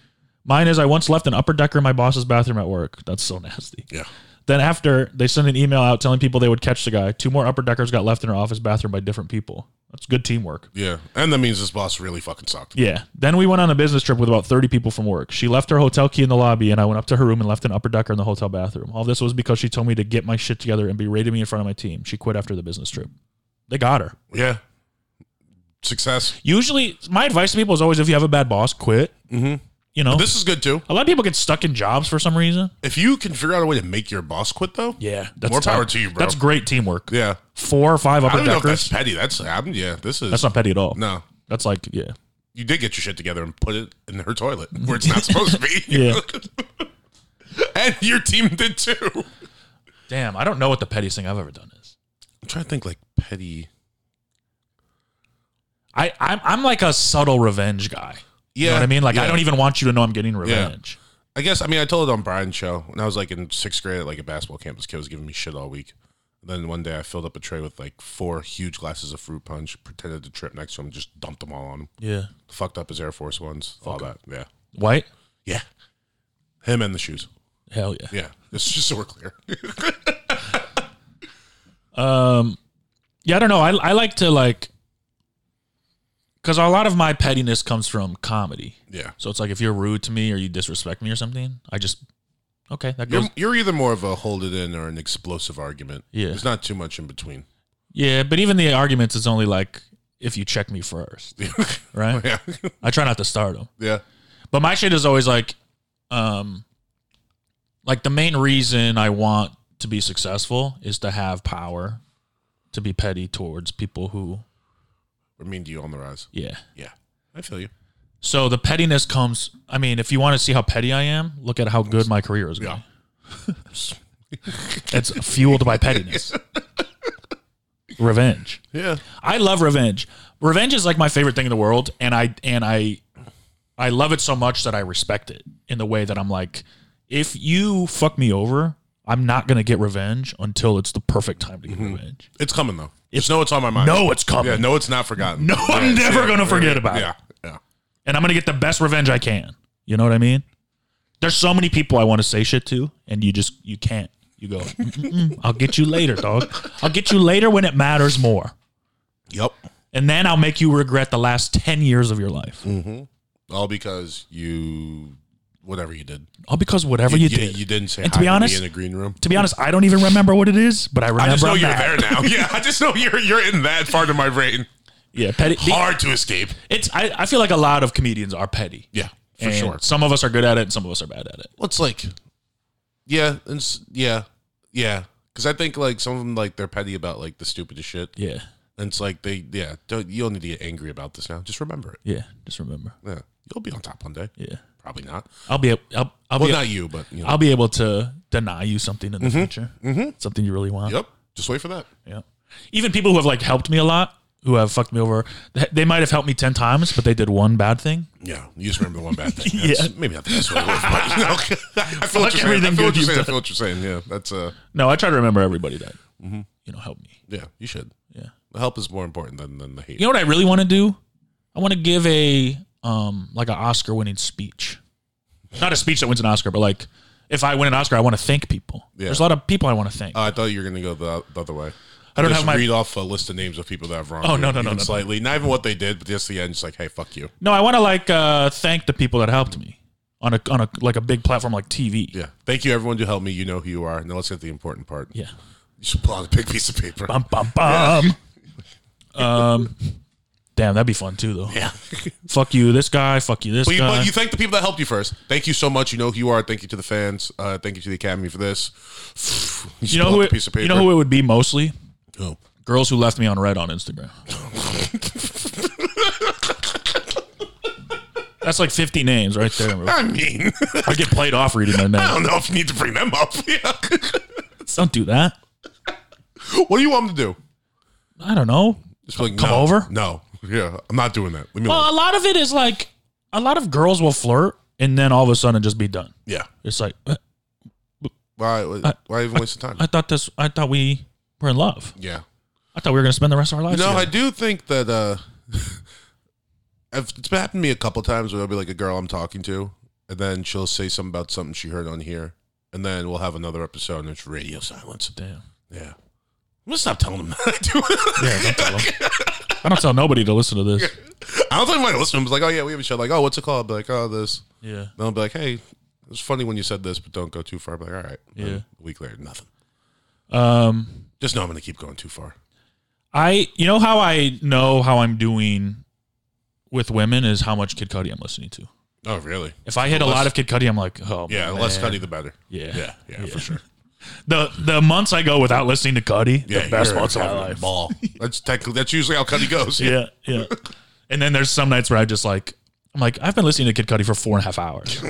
Mine is I once left an upper decker in my boss's bathroom at work. That's so nasty.
Yeah.
Then after they sent an email out telling people they would catch the guy, two more upper deckers got left in her office bathroom by different people. That's good teamwork.
Yeah, and that means this boss really fucking sucked.
Yeah. Then we went on a business trip with about 30 people from work. She left her hotel key in the lobby, and I went up to her room and left an upper decker in the hotel bathroom. All this was because she told me to get my shit together and berated me in front of my team. She quit after the business trip. They got her.
Yeah. Success.
Usually, my advice to people is always if you have a bad boss, quit. Mm-hmm. You know,
This is good too.
a lot of people get stuck in jobs for some reason.
If you can figure out a way to make your boss quit, though,
Yeah. That's
More power
tough.
to you, bro.
That's great teamwork.
yeah.
Four or five
I
upper
don't even know if
deckers.
that's
That's,
petty. That's I'm, yeah. This is
not petty at all.
no.
That's like, yeah.
You did get your shit together and put it in her toilet where it's not supposed to be.
Yeah.
and your team did too. I'm
Damn, I don't know what the pettiest thing I've ever done is.
trying to think like petty.
I, I'm, I'm like a subtle revenge guy. You
Yeah,
know what I mean? Like, I
yeah.
don't even want you to know I'm getting revenge.
I guess I mean I told it on Brian's show when I was like in sixth grade at like a basketball camp. This kid was giving me shit all week. And then one day I filled up a tray with like four huge glasses of fruit punch, pretended to trip next to him, just dumped them all on him.
Yeah.
Fucked up his Air Force Ones, all that. Yeah,
White?
yeah. Him and the shoes.
Hell yeah.
Yeah, it's just so we're clear.
Yeah, I don't know. I, I like to, like, because a lot of my pettiness comes from comedy.
yeah,
So it's like if you're rude to me or you disrespect me or something, I just, okay, that goes.
you're, you're either more of a hold it in or an explosive argument.
Yeah.
there's not too much in between.
yeah, but even the arguments, it's only like if you check me first, right?
yeah,
I try not to start them.
yeah,
But my shit is always like, um, like the main reason I want to be successful is to have power, to be petty towards people who,
we're mean to you on the rise.
yeah.
Yeah, I feel you.
So the pettiness comes. I mean, if you want to see how petty I am, look at how good my career is going. it's fueled by pettiness. Revenge.
Yeah,
I love revenge. Revenge is like my favorite thing in the world, and I and I I love it so much that I respect it in the way that I'm like, if you fuck me over, I'm not gonna get revenge until it's the perfect time to get revenge.
it's coming though. Just know it's on my mind.
No, it's coming.
Mm-hmm. Yeah, no, it's not forgotten.
No, I'm
Yeah,
never
yeah,
gonna
yeah,
forget about
yeah,
it.
Yeah,
And I'm gonna get the best revenge I can. You know what I mean? There's so many people I want to say shit to, and you just you can't. You go, "Mm-mm-mm, I'll get you later, dog. I'll get you later when it matters more.
Yep.
And then I'll
Mm.
make you regret the last 10 years of your life.
All because you whatever you did.
All because whatever you, did.
You didn't say
And
hi
to be honest,
me in the green room.
to be honest, I don't even remember what it is, but I remember
I just know
I'm
you're
mad.
there now. Yeah, I just know you're you're in that part of my brain.
Yeah, petty. the-
Hard to escape.
It's I, I feel like a lot of comedians are petty.
Yeah, for
And
sure.
Some of us are good at it, and some of us are bad at it.
Well, it's like, yeah, and s- yeah, yeah. Because I think like some of them like they're petty about like the stupidest shit,
Yeah,
and it's like they yeah don't you don't need to get angry about this now. Just remember it.
yeah. Just remember.
Yeah, you'll be on top one day.
Yeah,
Probably not.
I'll be. ab- I'll, I'll
Well,
be.
not you, but you know.
I'll be able to deny you something in the future. Something you really want.
Mm-hmm. yep. Just wait for that.
Yeah. Even people who have like helped me a lot, who have fucked me over, th- they might have helped me ten times, but they did one bad thing.
Yeah, you just remember the one bad thing.
Yeah.
That's- maybe not the best one, but you know, I feel
Fuck
what you're saying. I
everything
feel
good
what you're
you've
saying. I
done.
feel what you're saying. Yeah, that's uh,
No, I try to remember everybody that
Mm-hmm.
you know helped me.
yeah, you should.
Yeah.
The help is more important than than the hate.
You know what I really want to do? I want to give a um like an Oscar winning speech. Not a speech that wins an Oscar, but like if I win an Oscar, I want to thank people.
Yeah.
There's a lot of people I want to thank.
Uh, I thought you were going to go the, the other way.
I don't
just
have my-
read off a list of names of people that have wronged.
Oh,
you,
no, no, no,
even
no, no.
slightly. Not even what they did, but just the end. Just like, hey, fuck you.
no, I want to like uh thank the people that helped me on a on a like a big platform like TV.
Yeah, thank you everyone who helped me. You know who you are. Now let's get to the important part.
Yeah. Oh,
you should pull out a big piece of paper.
Bum bum bum. um Damn, that'd be fun too though.
yeah.
Fuck you, this guy, fuck you, this
But you,
guy.
but you thank the people that helped you first. Thank you so much. You know who you are. Thank you to the fans. Uh, thank you to the academy for this.
You
You,
know who it, you know who it would be mostly?
Who?
Girls who left me on red on Instagram. That's like 50 names right there. bro.
I mean,
I get played off reading their
I
names.
don't know if you need to bring them up. Yeah.
Don't do that.
what do you want them to do?
I don't know.
Just be like,
Come
no,
over?
No. Yeah, I'm not doing that. Leave me alone.
Well, a lot of it is like a lot of girls will flirt and then all of a sudden just be done.
Yeah.
It's like "Uh,
Why? Why even waste the time?
I thought this. I thought we were in love.
yeah.
I thought we were gonna spend the rest of our lives.
No, I
together.
do think that uh, I've, it's been happened to me a couple times where there'll be like a girl I'm talking to, and then she'll say something about something she heard on here, and then we'll have another episode and it's radio silence.
Damn.
Yeah. I'm gonna stop telling them that I do
Yeah, don't tell them. I don't tell nobody to listen to this.
I don't think my listener was like, oh yeah, we have a show. Like, oh, what's it called? I'll be like, oh, this.
Yeah.
Then I'll be like, hey, it's funny when you said this, but don't go too far. I'll be like, all right. Then
Yeah.
A week later, nothing.
Um.
Just know I'm gonna keep going too far.
I you know how I know how I'm doing with women is how much Kid Cudi I'm listening to.
Oh, really?
If I hit a lot of Kid Cudi, I'm like, oh
Yeah, the
man.
less cutty, the better.
Yeah.
Yeah, yeah, for sure.
The the months I go without listening to Cudi,
Yeah,
the best
you're
months of my
having a
life.
Ball. That's technically that's usually how cutty goes.
Yeah, yeah. and then there's some nights where I just like I'm like I've been listening to Kid Cudi for four and a half hours.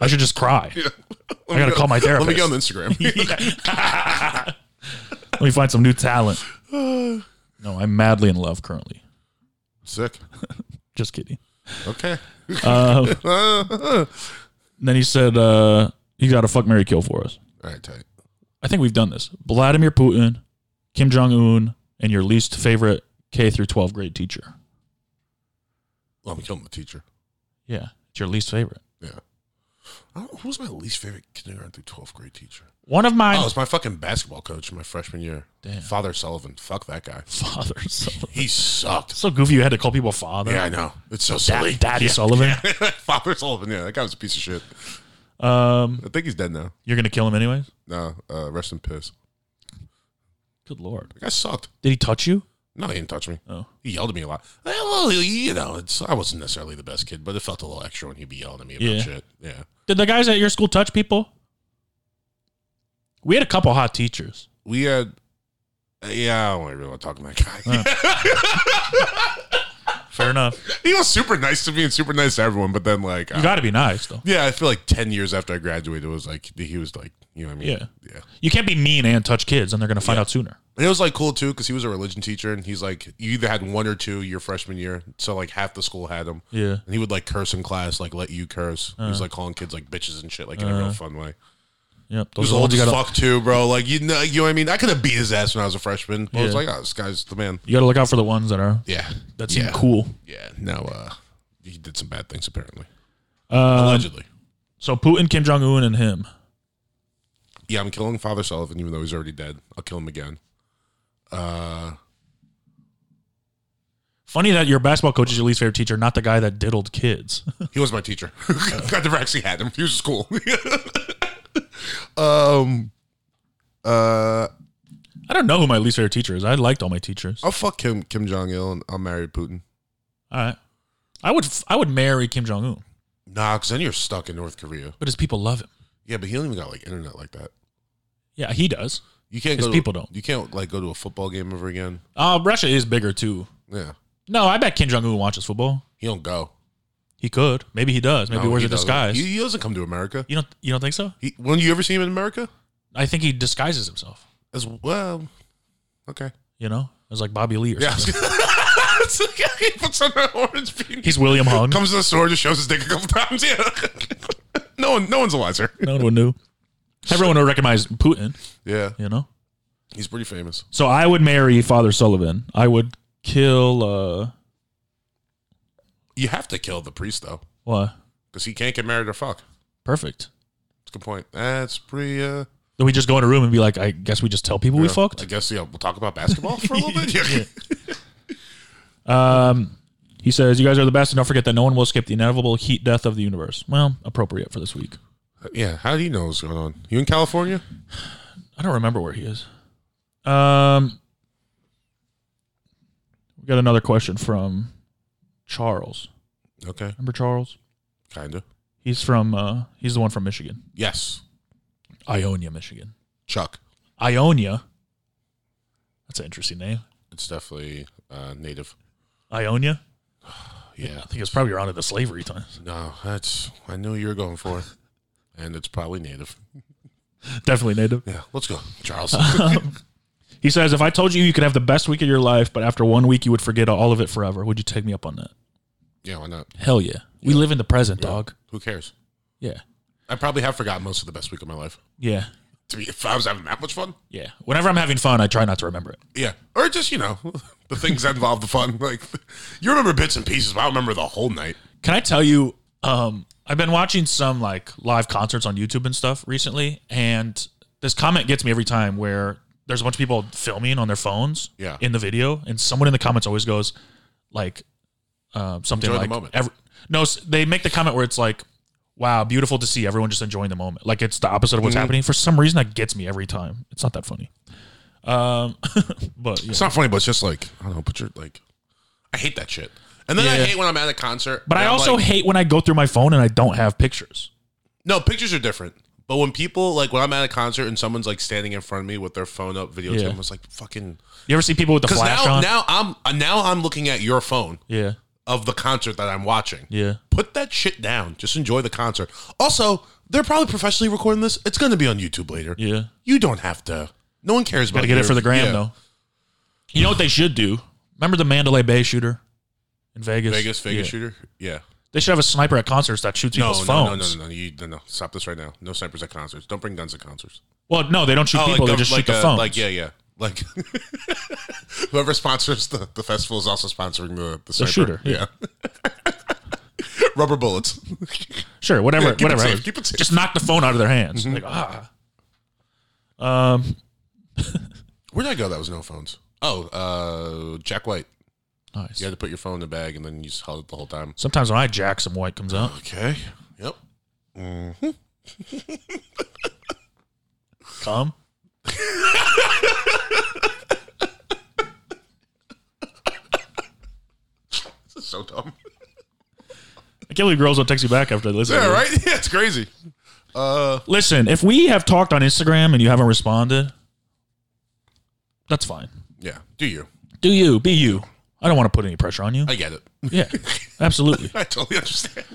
I should just cry. I gotta call my
Let
therapist.
me go on Instagram.
Yeah. Let me find some new talent. No, I'm madly in love currently.
Sick.
Just kidding.
Okay.
And Uh, then he said, uh, "You got to fuck Mary Kill for us."
All right, tight.
I think we've done this. Vladimir Putin, Kim Jong Un, and your least favorite K through 12 grade teacher.
Well, I'm killing the teacher.
Yeah, it's your least favorite.
Yeah. I don't, who was my least favorite kindergarten through 12th grade teacher?
One of
Oh, it
my
was my fucking basketball coach in my freshman year.
Damn.
Father Sullivan. Fuck that guy.
fathers. So,
He sucked.
so goofy, you had to call people father.
Yeah, I know. It's so
Dad-
silly.
Daddy Sullivan.
Father Sullivan. Yeah, that guy was a piece of shit.
Um,
I think he's dead now.
you're gonna kill him anyways.
No, uh, rest in piss.
Good lord,
The guy sucked.
did he touch you?
No, he didn't touch me.
Oh.
He yelled at me a lot. Eh, Well, you know, it's I wasn't necessarily the best kid, but it felt a little extra when he'd be yelling at me about
Yeah.
shit. Yeah.
Did the guys at your school touch people? We had a couple hot teachers.
We had, uh, yeah, I don't really want to talk to that guy.
Fair enough.
he was super nice to me and super nice to everyone, but then like,
You
I-
got to be nice though.
yeah, I feel like ten years after I graduated, it was like he was like, you know what I mean?
Yeah.
yeah.
You can't be mean and touch kids, and they're gonna find out sooner.
And it was like cool too because he was a religion teacher, and he's like, you either had one or two your freshman year, so like half the school had him.
Yeah.
And he would like curse in class, like let you curse. he was
Uh.
like calling kids like bitches and shit, like in a real fun way.
Yep.
He
Uh. Those
was
are the
old
ones you
as
gotta
fuck too, bro. Like you know, you know what I mean. I could have beat his ass when I was a freshman. But I was
Yeah.
like, oh, this guy's the man.
you gotta look out for the ones that are
Yeah,
that seem
yeah.
cool.
Yeah. No, uh, he did some bad things apparently.
Uh,
Allegedly.
so Putin, Kim Jong Un, and him.
Yeah, I'm killing Father Sullivan, even though he's already dead. I'll kill him again. Uh,
Funny that your basketball coach is your least favorite teacher, not the guy that diddled kids.
He was my teacher. I never actually had him. He was just cool. um, uh,
I don't know who my least favorite teacher is. I liked all my teachers.
I'll fuck Kim Kim Jong Il and I'll marry Putin.
All right, I would f- I would marry Kim Jong Un,
Nah, because then you're stuck in North Korea.
but his people love him.
Yeah, but he don't even got like internet like that.
Yeah, he does.
You can't.
His
go to,
people don't.
You can't like go to a football game ever again.
Uh, Russia is bigger too.
Yeah,
No, I bet Kim Jong Un watches football.
he don't go.
He could. Maybe he does. Maybe
No,
he wears
he
a
doesn't.
disguise.
He, he doesn't come to America.
you don't. You don't think so?
He, when you ever see him in America?
I think he disguises himself.
As well. Okay.
You know, it's like Bobby Lee or
Yeah.
something.
It's like, he puts on an orange beanie.
He's William Hung.
comes to the store, just shows his dick a couple times. Yeah. no one, no one's the wiser.
no one knew. Everyone would recognize Putin.
Yeah,
You know.
he's pretty famous.
So I would marry Father Sullivan. I would kill. uh
You have to kill the priest though,
What?
because he can't get married or fuck.
Perfect.
That's a good point. That's pretty. Uh,
Then we just go in a room and be like, I guess we just tell people we
yeah. I
fucked.
guess yeah. We'll talk about basketball for a little bit. Yeah.
Um, he says, "You guys are the best, and don't forget that no one will escape the inevitable heat death of the universe." Well, appropriate for this week.
yeah. How do you know what's going on? You in California?
I don't remember where he is. Um, we got another question from Charles.
Okay,
Remember Charles?
kinda.
He's from. Uh, he's the one from Michigan,
Yes,
Ionia, Michigan.
Chuck.
Ionia. That's an interesting name.
It's definitely uh, native.
Ionia.
Yeah.
I think it's probably around at the slavery times.
No, that's. I knew you were going for it, and it's probably native.
Definitely native.
Yeah. Let's go, Charles.
He says, "If I told you you could have the best week of your life, but after one week you would forget all of it forever, would you take me up on that?"
yeah. Why not?
Hell yeah. We live in the present, dog.
Who cares?
Yeah.
I probably have forgotten most of the best week of my life.
Yeah.
To be, if I was having that much fun,
Yeah. Whenever I'm having fun, I try not to remember it.
yeah, or just you know the things that involve the fun. Like you remember bits and pieces, but I don't remember the whole night.
Can I tell you, um, I've been watching some like live concerts on YouTube and stuff recently, and this comment gets me every time where there's a bunch of people filming on their phones
Yeah.
in the video, and someone in the comments always goes, like, uh, something
Enjoy the
like,
moment.
ev- no, s- they make the comment where it's like, wow, beautiful to see everyone just enjoying the moment. Like, it's the opposite
Mm-hmm.
of what's happening. For some reason, that gets me every time. It's not that funny. Um, but yeah.
It's not funny, but it's just like I don't know. Put your like, I hate that shit. And then I
Yeah.
hate when I'm at a concert.
But
and
I
I'm
also
like-
hate when I go through my phone and I don't have pictures.
no pictures are different. But when people like when I'm at a concert and someone's like standing in front of me with their phone up, videotaping,
Yeah.
I was like fucking.
You ever see people with the
Because
flash
now,
on?
now I'm uh, now I'm looking at your phone
yeah,
of the concert that I'm watching.
yeah.
Put that shit down. Just enjoy the concert. Also, they're probably professionally recording this. It's going to be on YouTube later.
Yeah.
You don't have to. No one cares about.
Gotta get it
your-
for the gram
yeah.
though. You know what they should do? Remember the Mandalay Bay shooter in Vegas?
Vegas, Vegas
Yeah.
shooter. Yeah.
They should have a sniper at concerts that shoots
No,
people's
no, no,
phones.
no, no, no, You, no, no. Stop this right now. No snipers at concerts. Don't bring guns at concerts.
Well, no, they don't shoot people. they
gov-
just
like,
shoot the
uh,
phones.
Like yeah, yeah. Like whoever sponsors the, the festival is also sponsoring the the, sniper.
shooter,
Yeah. Rubber bullets.
Sure, whatever,
keep it
whatever.
safe, keep it safe. Mm-hmm.
Just knock the phone out of their hands. Like ah. Um.
Where did I go? That was no phones. Oh, uh, Jack White.
Nice.
You had to put your phone in the bag and then you just held it the whole time.
Sometimes when I jack, some white comes out.
Okay. Yep.
Come.
This is so dumb.
I can't believe girls don't text you back after they listen. to
Yeah,
you.
right? Yeah, it's crazy. Uh,
Listen, if we have talked on Instagram and you haven't responded, that's fine.
yeah. Do you?
Do you, be you. I don't want to put any pressure on you.
I get it.
yeah, absolutely.
I totally understand.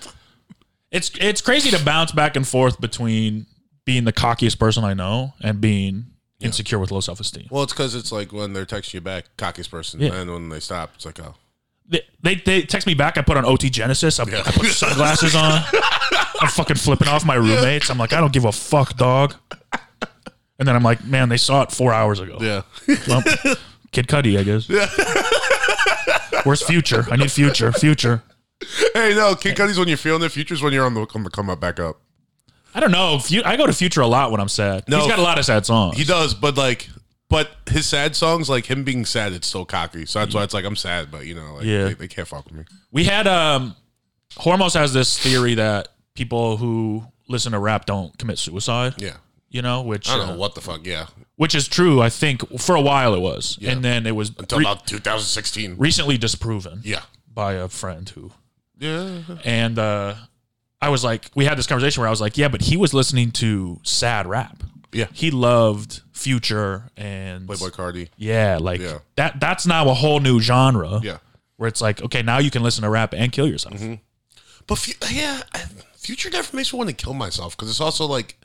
It's it's crazy to bounce back and forth between being the cockiest person I know and being insecure with low self esteem.
Well, it's because it's like when they're texting you back, cockiest person,
Yeah.
and when they stop, it's like, oh,
They, they they text me back. I put on OT Genesis. I, I put sunglasses on. I'm fucking flipping off my roommates. I'm like, I don't give a fuck, dog. And then I'm like, man, they saw it four hours ago.
yeah,
Well, Kid Cudi, I guess. Where's Future? I need Future. Future.
hey, no, Kid Cudi's when you're feeling the future's when you're on the on the come up, back up.
I don't know. Fu- I go to Future a lot when I'm sad.
No.
He's got a lot of sad songs.
He does, but like But his sad songs, like him being sad, it's still cocky. So that's why it's like I'm sad, but you know, like
Yeah.
they, they can't fuck with me.
We had um Hormos has this theory that people who listen to rap don't commit suicide.
Yeah,
You know, which
I don't know
uh,
what the fuck. Yeah,
which is true, I think for a while it was.
Yeah.
And then it was
until
re-
about 2016.
recently disproven
yeah,
by a friend who
yeah,
and uh I was like we had this conversation where I was like, yeah, but he was listening to sad rap.
yeah.
He loved Future and
Playboy Cardi.
Yeah, like
Yeah.
that that's now a whole new genre.
Yeah, Mm-hmm.
Where it's like, okay, now you can listen to rap and kill yourself.
but fu- yeah, I- Future never makes me want to kill myself because it's also like,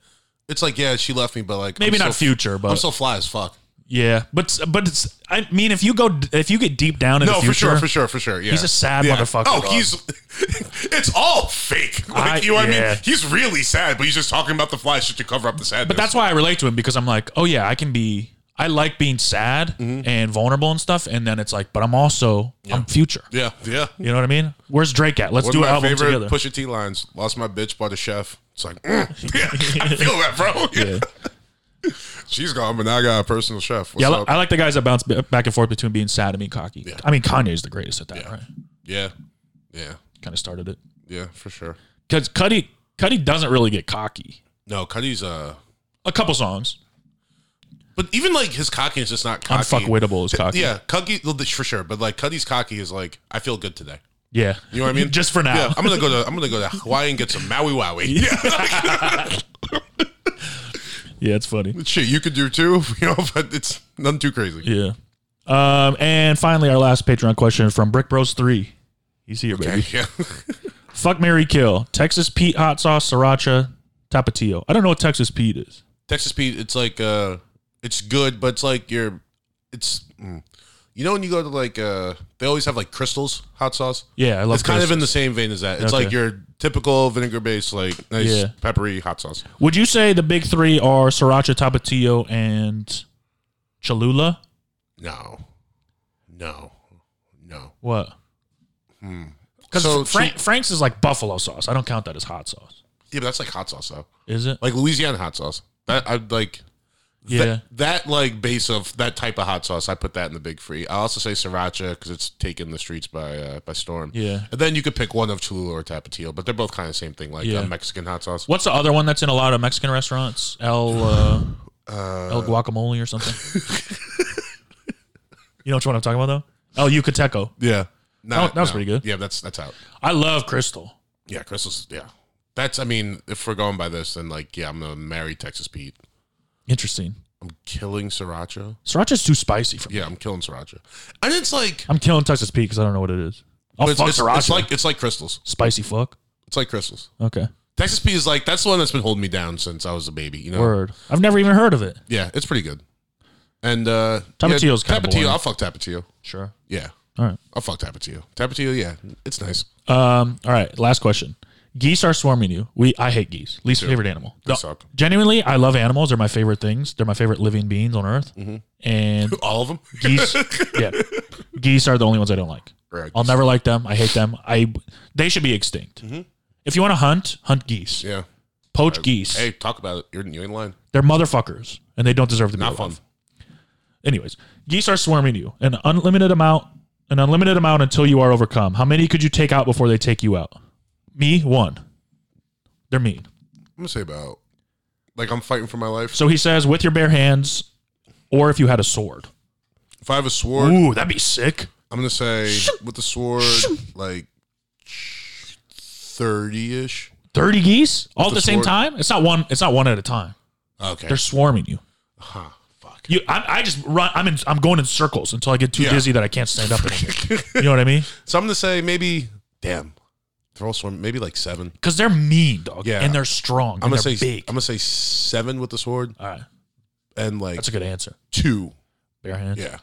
it's like yeah, she left me, but like
Maybe
I'm
not
so-
future, but
I'm so fly as fuck.
Yeah, but but it's. I mean, if you go, if you get deep down in
No,
the
for
future,
sure, for sure, for sure. Yeah,
He's a sad
Yeah.
motherfucker,
Oh,
dog.
he's it's all fake. Like
I-
you know what I
yeah.
mean? He's really sad, but he's just talking about the fly shit to cover up the sadness.
But that's why I relate to him because I'm like, oh yeah, I can be. I like being sad and vulnerable and stuff, and then it's like, but I'm also I'm future.
Mm-hmm. yeah, yeah.
You know what I mean? Where's Drake at? Let's
One
do
of
an
my
album
favorite
together.
Pusha T lines: "Lost my bitch by the chef." It's like, mm, yeah, I feel that, bro. Yeah. She's gone, but now I got a personal chef. What's
yeah, I, li-
up?
I like the guys that bounce b- back and forth between being sad and being cocky. I mean, Kanye's the greatest at that, right?
yeah, yeah,
Kind of started it
yeah, for sure.
because Cuddy Cuddy doesn't really get cocky.
No, Cudi's uh,
A couple songs,
but even like his cockiness is not cocky.
unfuckwittable is cocky.
Yeah, cocky well, this- for sure, but like Cudi's cocky is like, I feel good today.
yeah.
You know what I mean?
Just for now.
Yeah, I'm gonna go to I'm gonna go to Hawaii and get some Maui Wowie. Yeah,
yeah, it's funny.
shit, you could do too. You know, but it's nothing too crazy.
Yeah. Um, and finally, our last Patreon question from Brick Bros Three. He's here, baby.
Yeah,
Fuck Mary Kill. Texas Pete hot sauce sriracha tapatio. I don't know what Texas Pete is.
Texas Pete. It's like uh, it's good, but it's like you're, it's, mm. you know, when you go to like uh, they always have like crystals hot sauce.
Yeah, I love.
It's kind of
Texas.
in the same vein as that. It's
Okay.
like your typical vinegar based, like nice
Yeah.
peppery hot sauce.
Would you say the big three are sriracha tapatio and Cholula?
No, no, no.
What? Because
So
Frank,
chi-
Frank's is like buffalo sauce. I don't count that as hot sauce.
Yeah, but that's like hot sauce though.
Is it?
Like Louisiana hot sauce. That I'd like.
yeah.
That, that like base of that type of hot sauce, I put that in the big free. I also say sriracha because it's taken the streets by uh, by storm.
Yeah.
and then you could pick one of Cholula or Tapatio, but they're both kind of the same thing, like
Yeah.
a Mexican hot sauce.
What's the other one that's in a lot of Mexican restaurants? El uh, El Guacamole or something. you know which one I'm talking about though? El Yucateco.
Yeah,
That- that was pretty good.
Yeah, that's that's out.
I love Crystal.
Yeah, crystals. Yeah, that's. I mean, if we're going by this, then like, yeah, I'm gonna marry Texas Pete.
Interesting.
I'm killing sriracha.
Sriracha's too spicy for me.
Yeah, I'm killing sriracha, and it's like
I'm killing Texas Pete because I don't know what it is. I'll
it's,
Oh, fuck
it's,
sriracha.
it's like it's like crystals.
spicy fuck.
It's like crystals.
Okay.
Texas Pete is like that's the one that's been holding me down since I was a baby. You know,
Word. I've never even heard of it.
Yeah, it's pretty good. And uh
Tapatio's
yeah,
kinda boring.
Tapatio, I'll fuck Tapatio.
Sure.
Yeah.
All right.
I'll fuck Tapatio. Tapatio, yeah. It's nice.
Um. All right. Last question. Geese are swarming you. We. I hate geese. Least favorite animal.
They
No,
suck.
Genuinely, I love animals. They're my favorite things. They're my favorite living beings on Earth. And
All of them?
geese. yeah. Geese are the only ones I don't like.
Right.
I'll never like them. I hate them. I. They should be extinct. If you want to hunt, hunt geese.
Mm-hmm. Yeah.
Poach geese.
Hey, talk about it. You're, you in line.
They're motherfuckers, and they don't deserve to be
Not
alive.
fun.
Anyways, geese are swarming you. An unlimited amount, an unlimited amount until you are overcome. How many could you take out before they take you out? Me, one. They're mean.
I'm gonna say about like I'm fighting for my life.
So he says, with your bare hands, or if you had a sword.
If I have a sword,
Ooh, that'd be sick.
I'm gonna say with the sword, like thirty ish.
Thirty geese all at
With
the
a
same
sword.
time. It's not one. It's not one at a time.
Okay.
They're swarming you.
huh. Fuck.
You, I, I just run. I'm in. I'm going in circles until I get too
Yeah.
dizzy that I can't stand up anymore. you know what I mean?
So I'm gonna say maybe damn. They're all swarm maybe like seven.
Because they're mean, dog.
Yeah.
and they're strong.
I'm
and
gonna
they're
say
big.
I'm gonna say seven with the sword
all right,
and like
that's a good answer.
two.
Bare hands.
Yeah.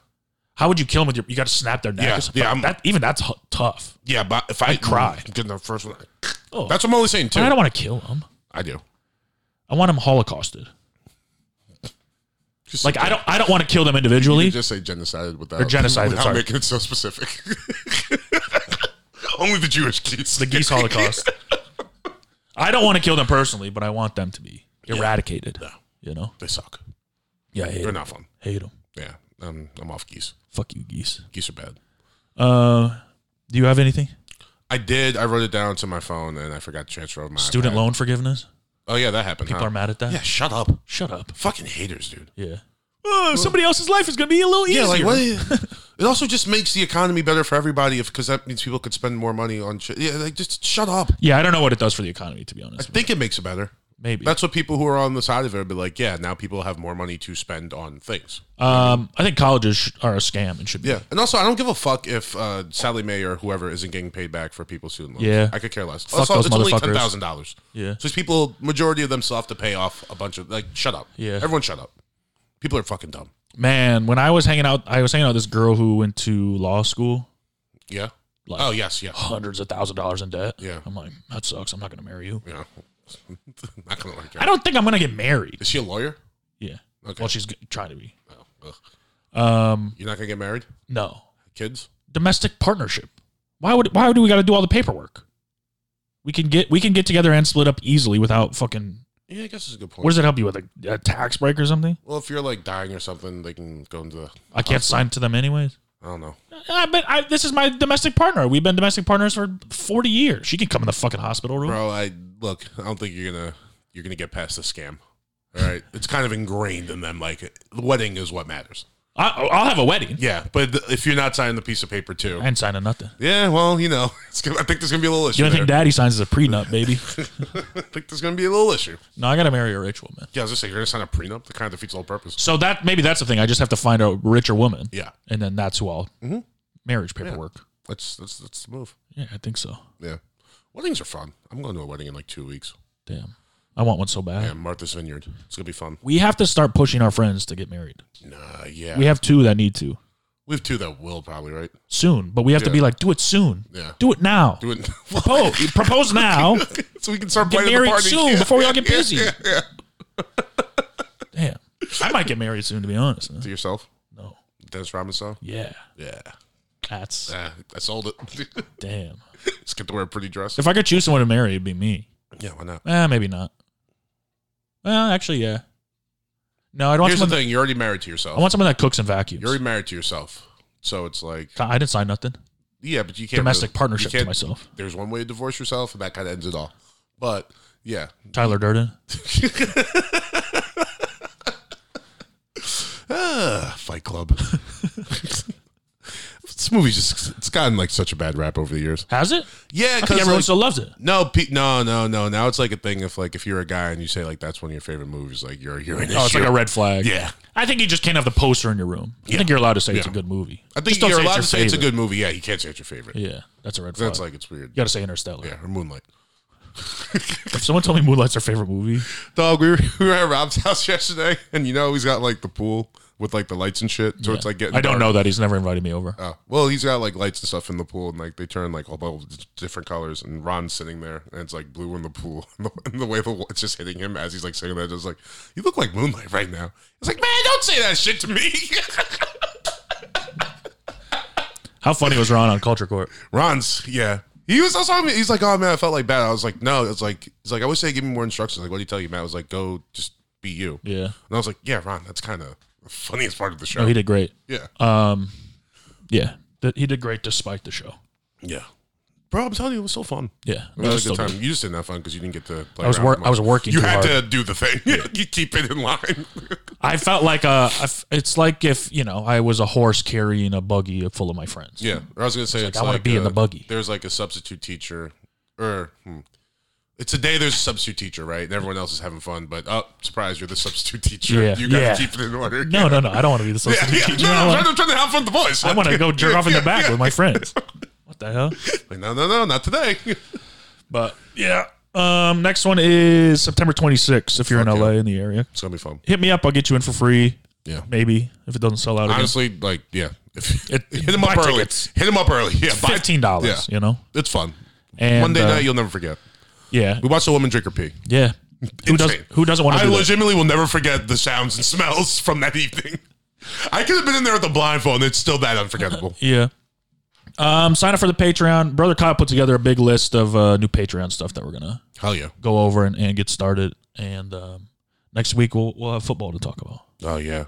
How would you kill them with your? You got to snap their neck.
Yeah,
or something.
yeah, I'm-
that, even that's hu- tough.
Yeah, but if I
cry.
I'm getting the first one.
Oh,
That's what I'm only saying too.
I don't want to kill them.
I do.
I want them holocausted.
Just
Like
say-
I don't. I don't want to kill them
you
individually.
just say genocided without
Or genocided,
without
sorry.
making it so specific. Only the Jewish geese.
The geese holocaust. I don't want to kill them personally, but I want them to be eradicated. You know?
They suck.
Yeah, I hate
They're
them.
not fun.
Hate them.
Yeah, I'm, I'm off geese.
Fuck you, geese.
Geese are bad.
Uh, do you have anything?
I did. I wrote it down to my phone and I forgot to transfer over my
Student
iPad.
loan forgiveness?
Oh yeah, that happened.
People
huh?
are mad at that.
Yeah, shut up.
Shut up.
Fucking haters, dude.
Yeah. Oh, somebody else's life is gonna be a little easier.
Yeah, like what? it also just makes the economy better for everybody if because that means people could spend more money on shit. Yeah, like just shut up.
Yeah, I don't know what it does for the economy, to be
I
honest.
think it makes it better.
Maybe.
That's what people who are on the side of it would be like. Yeah, now people have more money to spend on things.
um, I think colleges sh- are a scam and should be.
Yeah, and also I don't give a fuck if uh, Sally May or whoever isn't getting paid back for people's student loans.
Yeah.
I could care less.
Fuck
also,
those
it's only
motherfuckers.
ten thousand dollars.
Yeah.
so these people, majority of them still have to pay off a bunch of like. Shut up.
Yeah.
everyone, shut up. People are fucking dumb.
Man, when I was hanging out, I was hanging out with this girl who went to law school,
Yeah.
Like-
oh yes, yeah,
hundreds of thousand dollars in debt.
Yeah.
I'm like, that sucks. I'm not gonna marry you.
yeah. Not gonna like
I
her.
don't think I'm gonna get married.
Is she a lawyer?
Yeah.
Okay.
Well, she's g- trying to be.
Oh, ugh.
Um,
You're not gonna get married?
no
Kids?
domestic partnership. Why would why do we got to do all the paperwork? We can get we can get together and split up easily without fucking.
Yeah, I guess it's a good point.
What does it help you with a, a tax break or something?
well, if you're like dying or something, they can go into the.
I can't sign to them anyways.
I don't know.
I bet I, this is my domestic partner. We've been domestic partners for 40 years. She can come in the fucking hospital room.
Bro, I look. I don't think you're gonna you're gonna get past the scam. All right, it's kind of ingrained in them. Like the wedding is what matters.
I, I'll have a wedding.
Yeah, but th- if you're not signing the piece of paper too,
I ain't signing nothing.
yeah, well, you know, it's gonna, I think there's gonna be a little
The
issue.
only thing
there.
daddy signs is a prenup, baby.
I think there's gonna be a little issue.
no, I got to marry a rich woman.
Yeah, I was just saying, you're gonna sign a prenup. That kind of defeats the whole purpose.
So that maybe that's the thing. I just have to find a richer woman.
Yeah,
And then that's who I'll marriage paperwork.
that's that's that's the move.
Yeah. I think so.
Yeah, weddings are fun. I'm going to a wedding in like two weeks.
Damn. I want one so bad.
Yeah, Martha's Vineyard. It's gonna be fun.
We have to start pushing our friends to get married.
Nah, yeah,
We have two that need to
we have two that will probably right.
soon, but we have to
Yeah.
be like, do it soon.
Yeah.
Do it now.
Do it.
Propose, propose now.
so we can start
Get
planning the
married
party
soon
Yeah,
before we
yeah,
all get
yeah,
busy.
yeah.
Damn. I might get married soon, to be honest.
To yourself,
No.
Dennis Rodman style.
Yeah.
Yeah,
That's
Ah, I sold it.
damn.
Just get to wear a pretty dress.
If I could choose someone to marry, it'd be me.
Yeah, why not?
Eh, maybe not. Well, actually, yeah. No, I'd want
Here's the
someone.
thing: you're already married to yourself.
I want someone that cooks and vacuums.
you're already married to yourself, so it's like,
I didn't sign nothing.
yeah, but you can't
Domestic
really- you
partnership to
can't-
myself.
There's one way to divorce yourself, and that kind of ends it all. But yeah,
Tyler Durden.
Ah, Fight Club. this movie's just—it's gotten like such a bad rap over the years.
Has it?
Yeah,
I think everyone
like-
still loves it.
No, pe- no, no, no. Now it's like a thing. If like if you're a guy and you say like that's one of your favorite movies, like you're a hero.
Oh, it's like a red flag.
Yeah,
I think you just can't have the poster in your room. I think you're allowed to say it's a
Yeah.
good movie.
I think
Just don't
you're
say
allowed to
your
say it's a
favorite.
good movie. Yeah, you can't say it's your favorite.
Yeah, that's a red flag.
That's like it's weird.
you got to say Interstellar.
Yeah, or Moonlight.
If someone told me Moonlight's their favorite movie,
Dog, we were, we were at Rob's house yesterday, and you know he's got like the pool with like the lights and shit. So it's like getting.
I don't
dark.
know that he's never invited me over.
Oh, well, he's got like lights and stuff in the pool, and like they turn like all the different colors. And Ron's sitting there, and it's like blue in the pool, and the, and the way the it's just hitting him as he's like saying that, just like you look like moonlight right now. It's like, man, don't say that shit to me.
How funny was Ron on Culture Court?
Ron's, yeah, he was also. He's like, oh man, I felt like bad. I was like, no, it's like, it's like I wish they give me more instructions. Like, what do you tell you, Matt? I was like, go, just be you.
Yeah.
And I was like, yeah, Ron, that's kind of the funniest part of the show.
No, Oh, he did great.
yeah,
Um, yeah, Th- he did great despite the show.
yeah, bro, I'm telling you, it was so fun.
Yeah,
It was a
still
good time.
good.
You just didn't have fun because you didn't get to play.
I was
around
wor-
with much.
I was working
You
too hard.
had to do the thing. you keep it in line.
I felt like uh, I f- it's like if you know I was a horse carrying a buggy full of my friends.
yeah, or I was gonna say it's
I wanna be in the
uh,
buggy.
There's like a substitute teacher, or hmm, it's a day. There's a substitute teacher, right? And everyone else is having fun, but oh, surprise, you're the substitute teacher.
Yeah,
you gotta
yeah.
keep it in order.
No, no, no. I don't want to be the
Yeah,
substitute
yeah.
teacher.
No,
I
no, I'm
wanna-
trying to- trying to have fun with the boys.
I want to go jerk off in the
Yeah,
back
yeah.
with my friends. What the hell?
Like, no, no, no, not today.
But yeah. Um, next one is September 26th. If you're
Fuck
in
yeah.
LA in the area,
it's gonna be fun.
hit me up. I'll get you in for free.
Yeah.
Maybe if it doesn't sell out. Again.
Honestly, like, yeah, if,
It-
hit him up
buy
early.
tickets.
Hit him up early. Yeah, buy-
Fifteen dollars.
Yeah.
You know.
It's fun.
And,
Monday
uh,
night, you'll never forget.
Yeah.
We watched a woman drink her pee.
Yeah. Who does?
Insane.
Who doesn't want to?
I
do that?
legitimately will never forget the sounds and smells from that evening. I could have been in there with the blindfold, and it's still that unforgettable.
Yeah. Um, sign up for the Patreon. Brother Kyle put together a big list of uh, new Patreon stuff that we're gonna
Hell yeah!
go over and, and get started. And um, next week we'll we'll have football to talk about.
Oh yeah.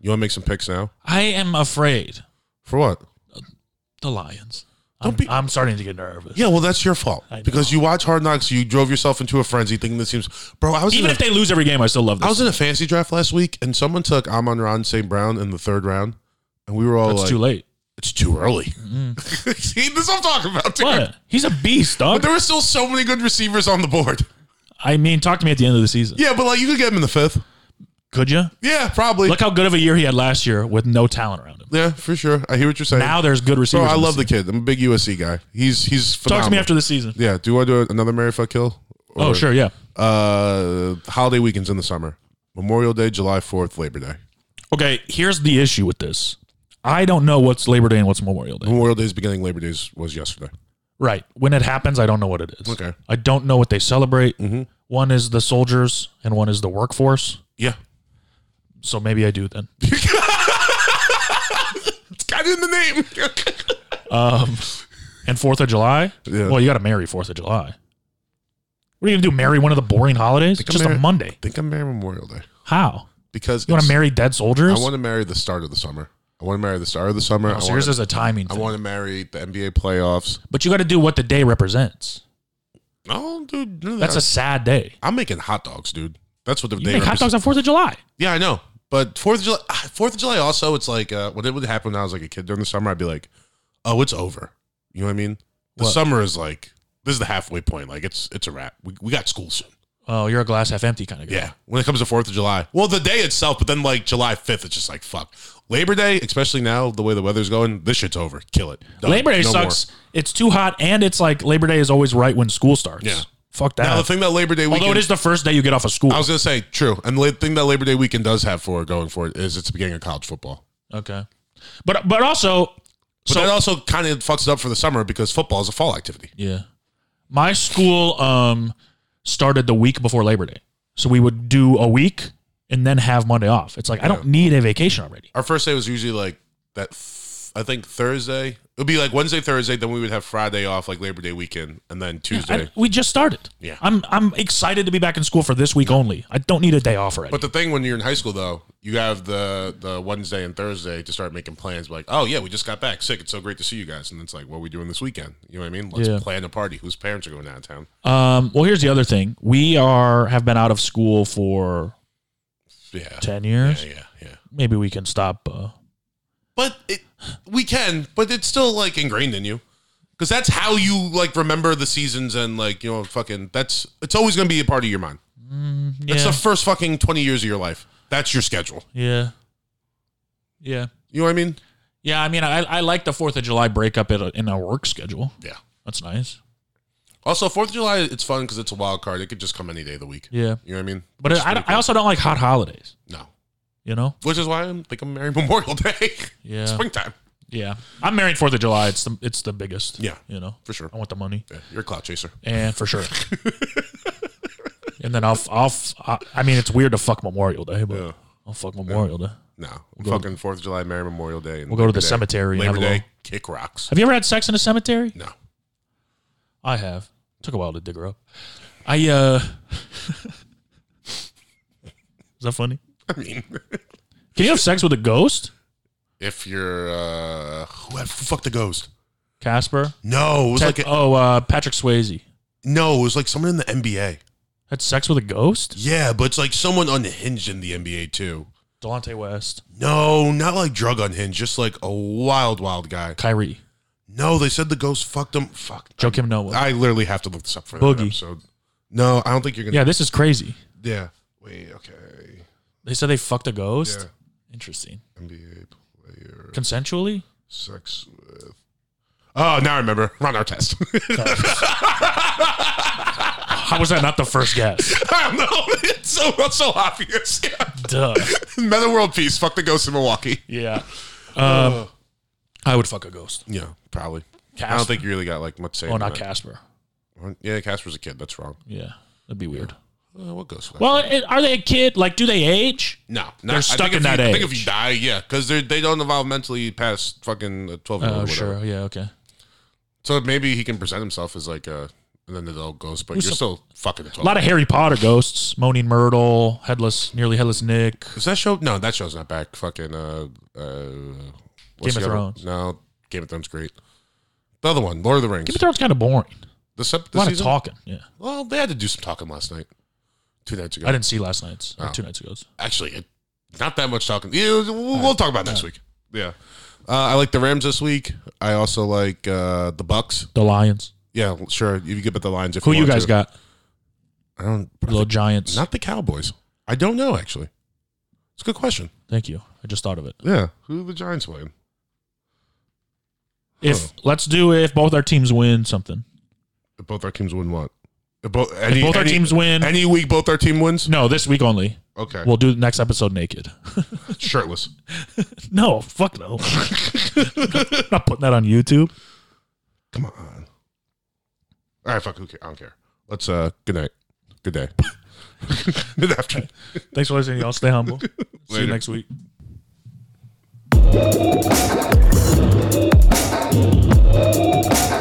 You want to make some picks now?
I am afraid
For what?
the Lions.
Don't
I'm,
be-
I'm starting to get nervous.
Yeah, well, that's your fault
I know.
because you watch Hard Knocks. You drove yourself into a frenzy thinking this team's bro. I was
Even
in a-
if they lose every game, I still love
I
this.
was in a fantasy draft last week, and someone took Amon Ron St. Brown in the third round, and we were all
It's
like,
too late.
"It's too early." Mm-hmm. See, this is what I'm talking about, dude.
What? He's a beast,
But
dog.
there were still so many good receivers on the board.
I mean, talk to me at the end of the season.
Yeah, but like you could get him in the fifth.
Could you?
Yeah, probably.
Look how good of a year he had last year with no talent around him.
yeah, for sure. I hear what you're saying.
Now there's good
Bro,
receivers.
I
in
love the
this team.
kid. I'm a big USC guy. He's he's
Talk
phenomenal.
to me after the season.
Yeah, do I do another Mary Fuck Kill?
Oh,
Or-
sure, yeah.
Uh, holiday weekends in the summer: Memorial Day, July Fourth, Labor Day.
Okay, here's the issue with this. I don't know what's Labor Day and what's Memorial Day.
Memorial Day's beginning. Labor Day's was yesterday.
Right. When it happens, I don't know what it is.
Okay. Mm-hmm.
I don't know what they celebrate. One is the soldiers and one is the workforce.
Yeah,
So maybe I do then.
it's got in the name.
And Fourth of July?
Yeah.
Well, you got to marry Fourth of July. What are you going to do? Marry one of the boring holidays?
I'm
Just a
mar-
Monday.
I think I'm marrying Memorial Day
How?
because
You want to
it's-
marry dead soldiers?
I want to marry the start of the summer. I want to marry the start of the summer. I
Oh, so
want
yours
to,
is a timing
I
thing.
want to marry the NBA playoffs.
but you got to do what the day represents.
No, dude, no,
That's a sad day.
I'm making hot dogs, dude. That's what the
You
day
make hot
represents.
dogs on Fourth of July.
Yeah, I know. But Fourth of July, ah, Fourth of July also, it's like uh, when it would happen when I was like a kid during the summer, I'd be like, "Oh, it's over." You know what I mean? The
What?
summer is like this is the halfway point. Like it's it's a wrap. We, we got school soon.
Oh, you're a glass half empty kind of guy.
Yeah. When it comes to Fourth of July, well, the day itself, but then like July fifth, it's just like fuck. Labor Day, especially now the way the weather's going, this shit's over. Kill it. Done.
Labor Day
No more.
sucks. It's too hot, and it's like Labor Day is always right when school starts.
Yeah.
Fuck that.
Now the thing that Labor Day weekend,
Although it is the first day you get off of school.
I was gonna say true, and the thing that Labor Day weekend does have for it, going for it is it's the beginning of college football.
okay. But but also,
But
so
that also kind of fucks it up for the summer because football is a fall activity.
yeah, my school um started the week before Labor Day, so we would do a week and then have Monday off. It's like I don't need a vacation already.
Our first day was usually like that. Th- I think Thursday. It would be like Wednesday, Thursday. Then we would have Friday off, like Labor Day weekend, and then Tuesday.
I- we just started.
Yeah.
I'm I'm excited to be back in school for this week only. I don't need a day off already.
but the thing when you're in high school, though, you have the the Wednesday and Thursday to start making plans. Like, oh yeah, we just got back, sick. It's so great to see you guys. And it's like, what are we doing this weekend? You know what I mean? Let's
Yeah.
plan a party. Whose parents are going out of town?
um, well, here's the other thing. We are have been out of school for
Yeah,
ten years.
yeah, yeah, yeah.
Maybe we can stop. Uh,
But it, we can, but it's still like ingrained in you. Because that's how you like remember the seasons and like, you know, fucking that's it's always gonna be a part of your mind. It's
yeah.
the first fucking twenty years of your life. That's your schedule.
Yeah. Yeah.
You know what I mean?
Yeah. I mean, I, I like the 4th of July breakup in a, in a work schedule.
Yeah.
That's nice.
Also, Fourth of July, it's fun because it's a wild card. It could just come any day of the week.
Yeah.
You know what I mean?
But
Which is
I,
pretty
I also don't like hot holidays,
cool. no,
you know?
which is why I'm like I'm marrying Memorial Day,
Yeah.
springtime
Yeah. I'm married 4th of July. It's the, it's the biggest.
Yeah.
You know?
for sure.
I want the money.
Yeah, you're a cloud chaser.
And for sure. and then I'll, f- I'll, f- I I mean, it's weird to fuck Memorial Day, but
Yeah.
I'll fuck Memorial Day.
No, fucking Fourth of July, marry Memorial Day, and
We'll go to
Labor
the
Day.
cemetery and have
Labor
a
Day,
little-
kick rocks.
Have you ever had sex in a cemetery?
No,
I have. Took a while to dig her up. I, uh, is that funny?
I mean.
Can you have sex with a ghost?
if you're uh who had- who fucked the ghost
Casper?
no it was
Ted-
like a,
oh, uh, Patrick Swayze.
no it was like someone in the nba
Had sex with a ghost?
yeah but it's like someone unhinged in the nba too
Delonte West.
no not like drug unhinged just like a wild wild guy
Kyrie.
no they said the ghost fucked him fuck
Joakim Noah.
i literally have to look this up for
Boogie.
that episode no i don't think you're gonna
yeah, this is crazy.
yeah wait okay
They said they fucked a ghost?
Yeah.
Interesting.
nba player
Consensually?
sex with oh now i remember ron artest
How was that not the first guess?
i don't know it's so, it's so obvious
Duh.
Meta world peace. Fuck the ghost in Milwaukee.
Yeah. Um, I would fuck a ghost.
Yeah, probably. I
Casper.
don't think you really got like much say.
Oh,
in
not
that.
Casper.
Yeah, Casper's a kid. That's wrong.
Yeah. That'd be weird.
Uh, what ghost? would I-
Well, it, are they a kid? Like, do they age?
no, not,
they're stuck
I think
in
if
that
you, I think if
age.
you die, yeah, because they they don't evolve mentally past fucking twelve year old.
Oh,
or whatever.
sure. Yeah, okay.
So maybe he can present himself as like a and then there's all ghosts, but you're still fucking
A lot of Harry Potter ghosts, Moaning Myrtle, headless, nearly headless Nick.
Is that show? No, that show's not back. Fucking uh, uh
Game
what's
of
the other-
Thrones.
No, Game of Thrones, great. The other one, Lord of the Rings.
Game of Thrones kind of boring.
This, ep-
A
this
lot of
season?
talking. Yeah,
Well, they had to do some talking last night, two nights ago.
I didn't see last night's or
Oh.
two nights ago's.
Actually, it, not that much talking. Yeah, we'll, we'll talk about it next week. Yeah, uh, I like the Rams this week. I also like uh, the Bucks.
The Lions.
Yeah, sure. You could bet the Lions if
Who
you,
you
want
guys
to.
got?
I don't.
Your Little Giants.
Not the Cowboys. I don't know actually. It's a good question.
Thank you. I just thought of it.
Yeah, who the Giants playing?
If let's do if both our teams win something.
If both our teams win what? If both any,
both our
any-
teams win-
Any week, both our team wins.
No, this week only.
Okay,
We'll do the next episode naked.
shirtless.
no, fuck no. I'm not putting that on YouTube.
Come on. All right, fuck. Who cares? I don't care. Let's. uh Good night. Good day. good afternoon.
Thanks for listening, y'all. Stay humble. See you
Later.
next week.
Thank